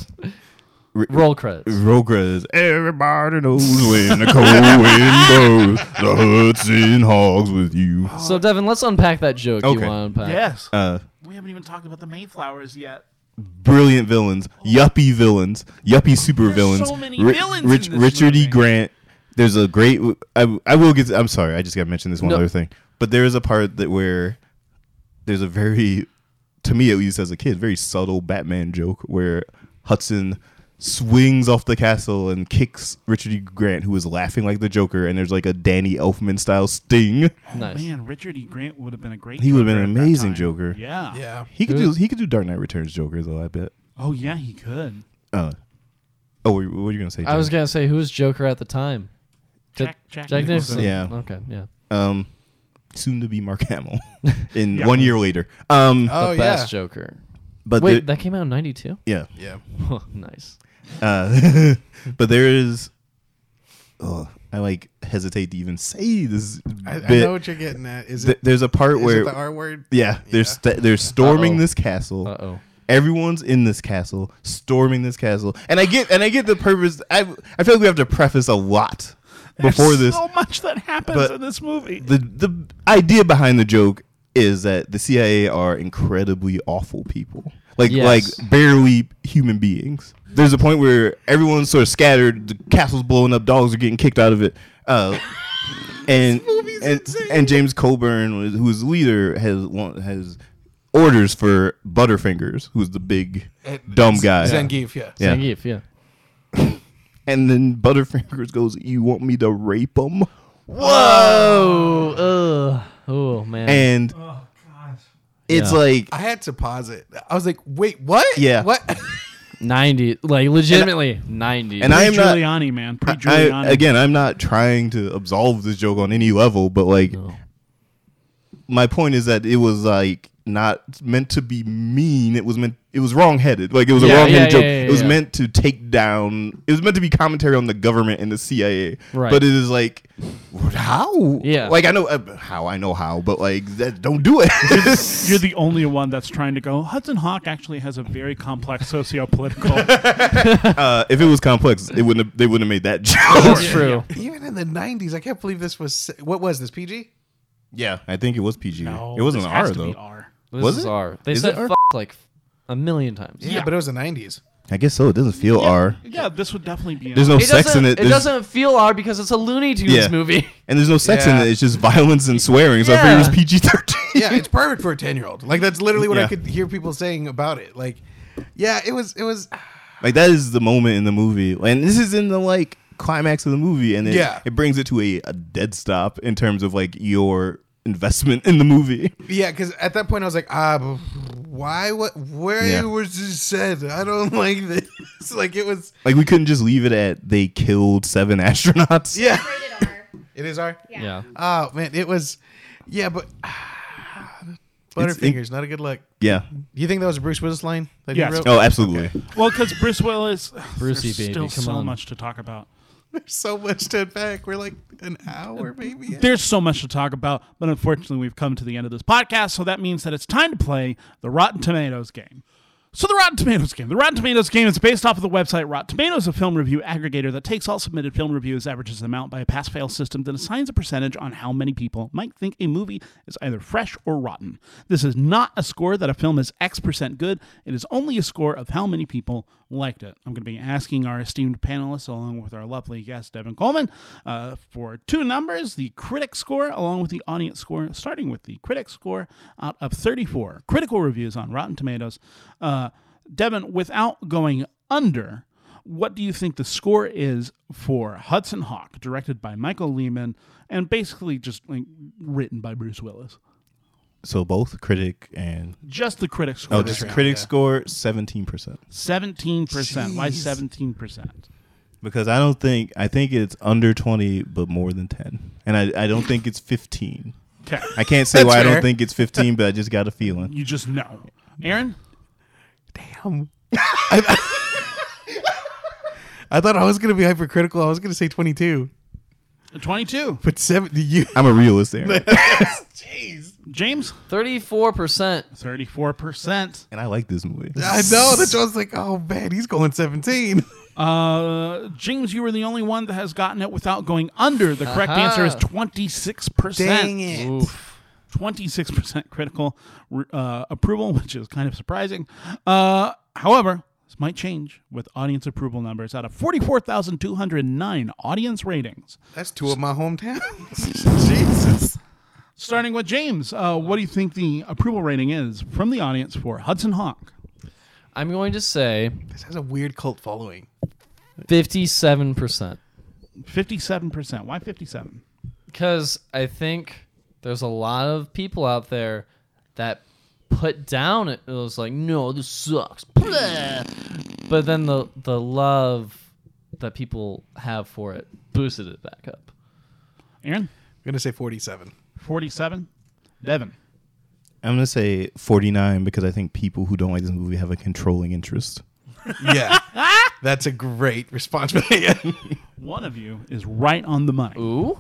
Speaker 2: Roll credits.
Speaker 4: Rogra is everybody knows when the cold wind blows. The Hudson hogs with you.
Speaker 2: So Devin, let's unpack that joke you
Speaker 4: Okay.
Speaker 2: want to unpack.
Speaker 3: Yes.
Speaker 4: Uh,
Speaker 3: we haven't even talked about the Mayflowers yet.
Speaker 4: brilliant villains, yuppie villains, yuppie super villains.
Speaker 3: so many villains in this
Speaker 4: Richard E.
Speaker 3: movie.
Speaker 4: Grant. There's a great. I, I will get. I'm sorry. I just got to mention this one
Speaker 2: No.
Speaker 4: other thing. But there is a part that where there's a very, to me at least as a kid, very subtle Batman joke where Hudson swings off the castle and kicks Richard E. Grant, who is laughing like the Joker, and there's like a Danny Elfman style sting.
Speaker 2: Nice.
Speaker 3: Man, Richard E. Grant would have been a great.
Speaker 4: He would have been
Speaker 3: Joker
Speaker 4: an
Speaker 3: at that
Speaker 4: amazing
Speaker 3: time.
Speaker 4: Joker.
Speaker 3: Yeah.
Speaker 1: Yeah.
Speaker 4: He could do. He could do Dark Knight Returns Joker though. I bet.
Speaker 3: Oh yeah, he could.
Speaker 4: Uh, oh, what were you gonna say?
Speaker 2: I was
Speaker 4: Jim?
Speaker 2: gonna say who's Joker at the time? Ja-
Speaker 3: Jack- Jack
Speaker 2: Nicholson.
Speaker 4: Nicholson. Yeah.
Speaker 2: Okay. Yeah.
Speaker 4: um, soon to be Mark [LAUGHS]
Speaker 2: [LAUGHS]
Speaker 4: Hamill in one year later. Um,
Speaker 1: Oh
Speaker 2: the best
Speaker 1: yeah.
Speaker 2: Joker.
Speaker 4: but
Speaker 2: Wait,
Speaker 4: there-
Speaker 2: that came out in [LAUGHS] '92.
Speaker 4: yeah,
Speaker 1: Yeah.
Speaker 2: nice.
Speaker 4: uh, [LAUGHS] but there is. Oh, I like hesitate to even say this
Speaker 1: I, I
Speaker 4: bit.
Speaker 1: know what you're getting at. Is
Speaker 4: Th-
Speaker 1: it,
Speaker 4: there's a part
Speaker 1: is
Speaker 4: where
Speaker 1: it the R word?
Speaker 4: yeah,
Speaker 1: Yeah.
Speaker 4: they're st- they're storming
Speaker 2: Uh-oh.
Speaker 4: this castle.
Speaker 2: Uh oh.
Speaker 4: Everyone's in this castle, storming this castle, and I get and I get the purpose. I I feel like we have to preface a lot before
Speaker 3: There's
Speaker 4: this.
Speaker 3: so much that happens
Speaker 4: but-
Speaker 3: in this movie.
Speaker 4: the the idea behind the joke is that the CIA are incredibly awful people. Like
Speaker 2: Yes.
Speaker 4: like barely human beings. There's a point where everyone's sort of scattered, the castle's blowing up, dogs are getting kicked out of it. Uh and and, and James Coburn was- who's the leader has want- has orders for Butterfingers, who's the big dumb guy.
Speaker 1: Zangief. Yeah.
Speaker 4: Yeah.
Speaker 2: Zangief, yeah.
Speaker 4: And then Butterfingers goes, "You want me to rape them?"
Speaker 2: Whoa. Ugh. Oh man.
Speaker 4: And it's
Speaker 2: Yeah.
Speaker 4: like
Speaker 1: I had to pause it. I was like, wait, what?
Speaker 4: Yeah.
Speaker 1: What? [LAUGHS]
Speaker 2: '90, like legitimately '90.
Speaker 4: and I am not
Speaker 3: Giuliani, man. Pre
Speaker 4: I-
Speaker 3: Giuliani.
Speaker 4: I, again, I'm not trying to absolve this joke on any level, but like, my point is that it was like not meant to be mean. It was meant. It was wrong-headed. Like it was
Speaker 2: Yeah,
Speaker 4: a wrong-headed
Speaker 2: yeah,
Speaker 4: joke.
Speaker 2: yeah, yeah,
Speaker 4: it was
Speaker 2: yeah.
Speaker 4: meant to take down. It was meant to be commentary on the government and the CIA.
Speaker 2: Right.
Speaker 4: But it is like. How?
Speaker 2: Yeah.
Speaker 4: Like I know uh, how I know how, but like that, don't do it. [LAUGHS]
Speaker 3: You're the only one that's trying to go. Hudson Hawk actually has a very [LAUGHS] complex [LAUGHS] socio-political.
Speaker 4: uh, if it was complex, it wouldn't. Have, they wouldn't have made that [LAUGHS] joke.
Speaker 2: That's true.
Speaker 1: Even in the '90s, I can't believe this was. What was this? PG?
Speaker 4: yeah, I think it was PG.
Speaker 3: no,
Speaker 4: it wasn't
Speaker 3: this
Speaker 4: an
Speaker 3: has
Speaker 4: R
Speaker 3: to
Speaker 4: though.
Speaker 3: Be R.
Speaker 2: This
Speaker 4: Was
Speaker 2: is
Speaker 4: it?
Speaker 2: R. They
Speaker 4: Is
Speaker 2: said
Speaker 4: it R?
Speaker 2: F- like a million times.
Speaker 1: Yeah, but it was the '90s.
Speaker 4: I guess so. It doesn't feel R.
Speaker 3: Yeah, this would definitely be. An
Speaker 4: There's
Speaker 3: R.
Speaker 4: no sex in it.
Speaker 2: It
Speaker 4: There's-
Speaker 2: doesn't feel R because it's a Looney Tunes
Speaker 4: Yeah.
Speaker 2: [LAUGHS] movie.
Speaker 4: And there's no sex
Speaker 1: Yeah.
Speaker 4: in it. It's just violence and swearing. So I
Speaker 2: Yeah.
Speaker 4: figured it was PG thirteen.
Speaker 1: yeah, it's perfect for a ten year old. Like that's literally what I
Speaker 4: Yeah.
Speaker 1: could hear people saying about it. Like, yeah, it was it was
Speaker 4: [LAUGHS] Like that is the moment in the movie, and this is in the like climax of the movie, and it,
Speaker 1: Yeah.
Speaker 4: it brings it to a, a dead stop in terms of like your investment in the movie. [LAUGHS]
Speaker 1: yeah, because at that point I was like, ah, but why? What? Where
Speaker 4: Yeah.
Speaker 1: was this said? I don't [LAUGHS] like this. like it was.
Speaker 4: Like we couldn't just leave it at they killed seven [LAUGHS] astronauts.
Speaker 1: Yeah,
Speaker 5: Rated R.
Speaker 1: it is our.
Speaker 5: Yeah.
Speaker 2: Yeah.
Speaker 1: Oh man, it was. Yeah, but ah, Butterfingers, not a good look.
Speaker 4: Yeah.
Speaker 1: Do you think that was a Bruce Willis line that
Speaker 3: Yes.
Speaker 1: he wrote?
Speaker 4: Oh, absolutely.
Speaker 3: Well, because Bruce Willis. [SIGHS]
Speaker 2: Brucey
Speaker 3: there's
Speaker 2: baby,
Speaker 3: Still
Speaker 2: come
Speaker 3: so
Speaker 2: on.
Speaker 3: much to talk about.
Speaker 1: There's so much to unpack. We're like an hour, maybe.
Speaker 3: There's so much to talk about, but unfortunately, we've come to the end of this podcast, so that means that it's time to play the Rotten Tomatoes game. So, the Rotten Tomatoes game. The Rotten Tomatoes game is based off of the website Rotten Tomatoes, a film review aggregator that takes all submitted film reviews, averages them out by a pass fail system, then assigns a percentage on how many people might think a movie is either fresh or rotten. This is not a score that a film is X percent good, it is only a score of how many people liked it. I'm going to be asking our esteemed panelists, along with our lovely guest, Devin Coleman, uh, for two numbers the critic score along with the audience score, starting with the critic score out of 34 critical reviews on Rotten Tomatoes. Uh, Devin, without going under, what do you think the score is for Hudson Hawk, directed by Michael Lehman and basically just like written by Bruce Willis?
Speaker 4: So both critic and
Speaker 3: Just the critic score.
Speaker 4: oh, just critic score seventeen percent.
Speaker 3: Seventeen percent. Why
Speaker 1: Jeez.
Speaker 3: seventeen percent?
Speaker 4: Because I don't think I think it's under twenty, but more than ten, and I, I don't think it's fifteen.
Speaker 3: Okay,
Speaker 4: I can't say why I
Speaker 1: fair.
Speaker 4: don't think it's fifteen, but I just got a feeling.
Speaker 3: you just know, Aaron.
Speaker 1: Damn. [LAUGHS] I thought I was gonna be hypercritical. I was gonna say 22,
Speaker 3: Twenty-two.
Speaker 1: but seven. You
Speaker 4: I'm a realist there,
Speaker 1: [LAUGHS]
Speaker 3: James.
Speaker 2: Thirty-four percent.
Speaker 3: Thirty-four percent.
Speaker 4: and I like this movie.
Speaker 1: I know. That's why I was like, oh man, he's going 17.
Speaker 3: Uh, James, you were the only one that has gotten it without going under. The correct
Speaker 2: Aha.
Speaker 3: answer is twenty-six
Speaker 1: Uh-huh. Dang
Speaker 3: percent.
Speaker 1: it.
Speaker 2: Oof.
Speaker 3: Twenty-six percent critical uh, approval, [LAUGHS] which is kind of surprising. Uh, however. This might change with audience approval numbers out of 44,209 audience ratings.
Speaker 1: That's two of my hometowns. [LAUGHS] Jesus.
Speaker 3: Starting with James, uh, what do you think the approval rating is from the audience for Hudson Hawk?
Speaker 2: I'm going to say
Speaker 1: This has a weird cult following.
Speaker 2: fifty-seven percent.
Speaker 3: 57%. Why 57?
Speaker 2: because I think there's a lot of people out there that put down it. It was like, no, this sucks. Bleh. But then the the love that people have for it boosted it back up.
Speaker 3: Aaron?
Speaker 1: I'm gonna say 47.
Speaker 3: 47? Devin?
Speaker 4: I'm gonna say 49 because I think people who don't like this movie have a controlling interest.
Speaker 1: Yeah. [LAUGHS] That's a great response. yeah.
Speaker 3: One of you is right on the money.
Speaker 2: Ooh,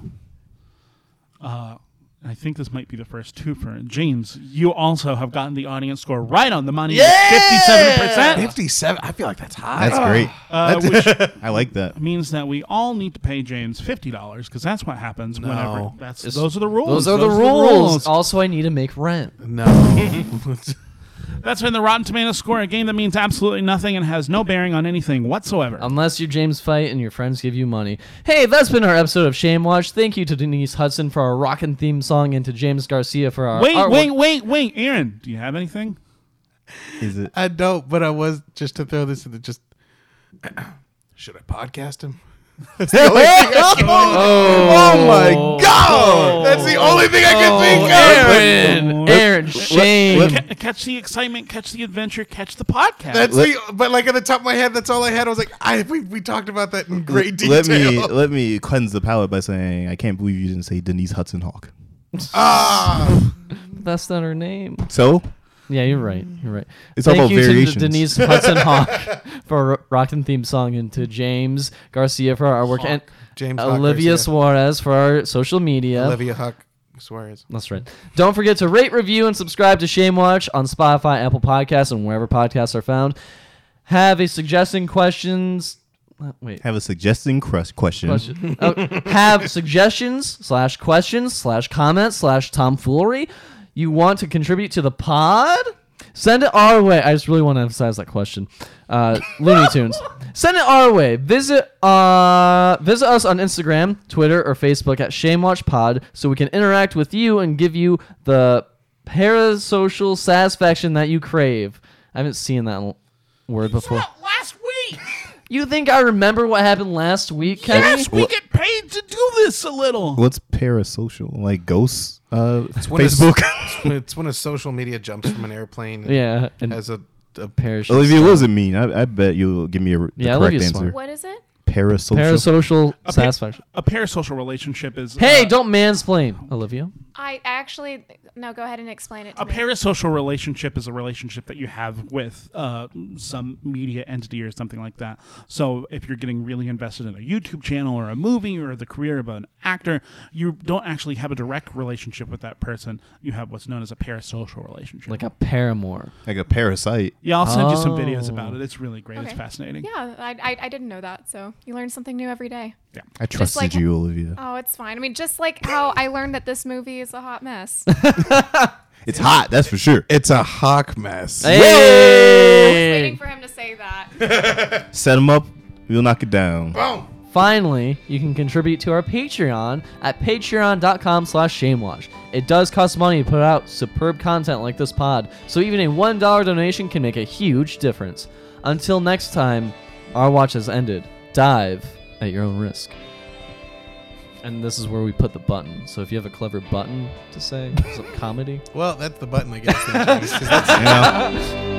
Speaker 3: I think this might be the first two for James. You also have gotten the audience score right on the money. Yeah! 57%.
Speaker 1: 57. I feel like that's high.
Speaker 4: That's great.
Speaker 3: Uh, which
Speaker 4: [LAUGHS] I like that.
Speaker 3: means that we all need to pay James $50 because that's what happens whenever. That's,
Speaker 2: It's-
Speaker 3: those are the rules.
Speaker 2: those are the rules. Also, I need to make rent.
Speaker 1: No.
Speaker 3: That's been the Rotten Tomatoes score, a game that means absolutely nothing and has no bearing on anything whatsoever.
Speaker 2: Unless you're James Fight and your friends give you money. Hey, that's been our episode of Shame Watch. Thank you to Denise Hudson for our rockin' theme song and to James Garcia for our
Speaker 3: wait,
Speaker 2: artwork.
Speaker 3: wait, wait, wait, Aaron, do you have anything?
Speaker 4: Is it?
Speaker 1: I don't, but I was just to throw this in the just. [CLEARS THROAT] Should I podcast him? [LAUGHS] That's the only thing
Speaker 4: [LAUGHS]
Speaker 1: I can- oh, my god! That's the only thing I can think
Speaker 4: Oh,
Speaker 1: of.
Speaker 2: Aaron, Aaron, Shane.
Speaker 3: Ca- catch the excitement, catch the adventure, catch the podcast.
Speaker 1: That's the, but like at the top of my head, that's all I had. I was like, I we, we talked about that in great detail.
Speaker 4: Let me let me cleanse the palate by saying I can't believe you didn't say Denise Hudson Hawk.
Speaker 1: [LAUGHS] Ah,
Speaker 2: That's not her name.
Speaker 4: So
Speaker 2: Yeah, you're right.
Speaker 1: Mm.
Speaker 2: You're right.
Speaker 4: It's all
Speaker 2: Thank
Speaker 4: about
Speaker 2: you to
Speaker 4: variations.
Speaker 2: De- Denise Hudson Hawk for our Rockin' theme song and to James Garcia for our artwork and
Speaker 1: James Hawk
Speaker 2: Olivia
Speaker 1: Garcia.
Speaker 2: Suarez for our social media.
Speaker 1: Olivia Huck Suarez.
Speaker 2: That's right. Don't forget to rate, review, and subscribe to Shame Watch on Spotify, Apple Podcasts, and wherever podcasts are found. Have a suggestion, questions. uh, Wait.
Speaker 4: have a suggesting crust question.
Speaker 2: question. Oh, have suggestions slash questions slash comments slash tomfoolery you want to contribute to the pod? Send it our way. I just really want to emphasize that question. Uh, Looney Tunes. Send it our way. Visit uh, visit us on Instagram, Twitter, or Facebook at ShameWatchPod so we can interact with you and give you the parasocial satisfaction that you crave. I haven't seen that l- word before.
Speaker 3: last week.
Speaker 2: You think I remember what happened last week, Kenny?
Speaker 3: yes, we get paid to do this a little.
Speaker 4: What's parasocial? Like ghosts? Uh,
Speaker 1: when a-
Speaker 4: Facebook. [LAUGHS]
Speaker 1: it's when a social media jumps from an airplane.
Speaker 2: Yeah, and
Speaker 1: as a, a
Speaker 2: parachute.
Speaker 4: Olivia, what does it mean? I, I bet you'll give me a, the
Speaker 2: Yeah,
Speaker 4: correct
Speaker 2: Olivia's
Speaker 4: answer.
Speaker 2: smart.
Speaker 5: What is it?
Speaker 4: Parasocial.
Speaker 2: Parasocial
Speaker 3: A pa-
Speaker 2: satisfaction.
Speaker 3: A parasocial relationship is
Speaker 2: Hey,
Speaker 3: uh,
Speaker 2: don't mansplain, Olivia.
Speaker 5: I actually no. Go ahead and explain it. To
Speaker 3: a
Speaker 5: me.
Speaker 3: parasocial relationship is a relationship that you have with uh, some media entity or something like that. So if you're getting really invested in a YouTube channel or a movie or the career of an actor, you don't actually have a direct relationship with that person. You have what's known as a parasocial relationship.
Speaker 2: Like a paramour.
Speaker 4: Like a parasite.
Speaker 3: yeah, I'll send you some videos
Speaker 2: Oh.
Speaker 3: about it. It's really great. It's
Speaker 5: Okay.
Speaker 3: fascinating.
Speaker 5: Yeah, I, I I didn't know that. So you learn something new every day.
Speaker 4: I trusted
Speaker 5: like-
Speaker 4: you, Olivia.
Speaker 5: Oh, it's fine. I mean, just like how I learned that this movie is a hot mess.
Speaker 4: It's hot, that's for sure.
Speaker 1: It's a hawk mess.
Speaker 5: waiting
Speaker 2: Hey!
Speaker 5: for him to say that.
Speaker 4: Set them up, we'll knock it down.
Speaker 1: Boom.
Speaker 2: Finally, you can contribute to our Patreon at patreon.com slash shamewash. It does cost money to put out superb content like this pod, so even a $1 donation can make a huge difference. Until next time, our watch has ended. Dive at your own risk. And this is where we put the button. So if you have a clever button to say, some comedy.
Speaker 1: Well, that's the button, I guess. then, Johnny, 'cause that's-
Speaker 4: You know?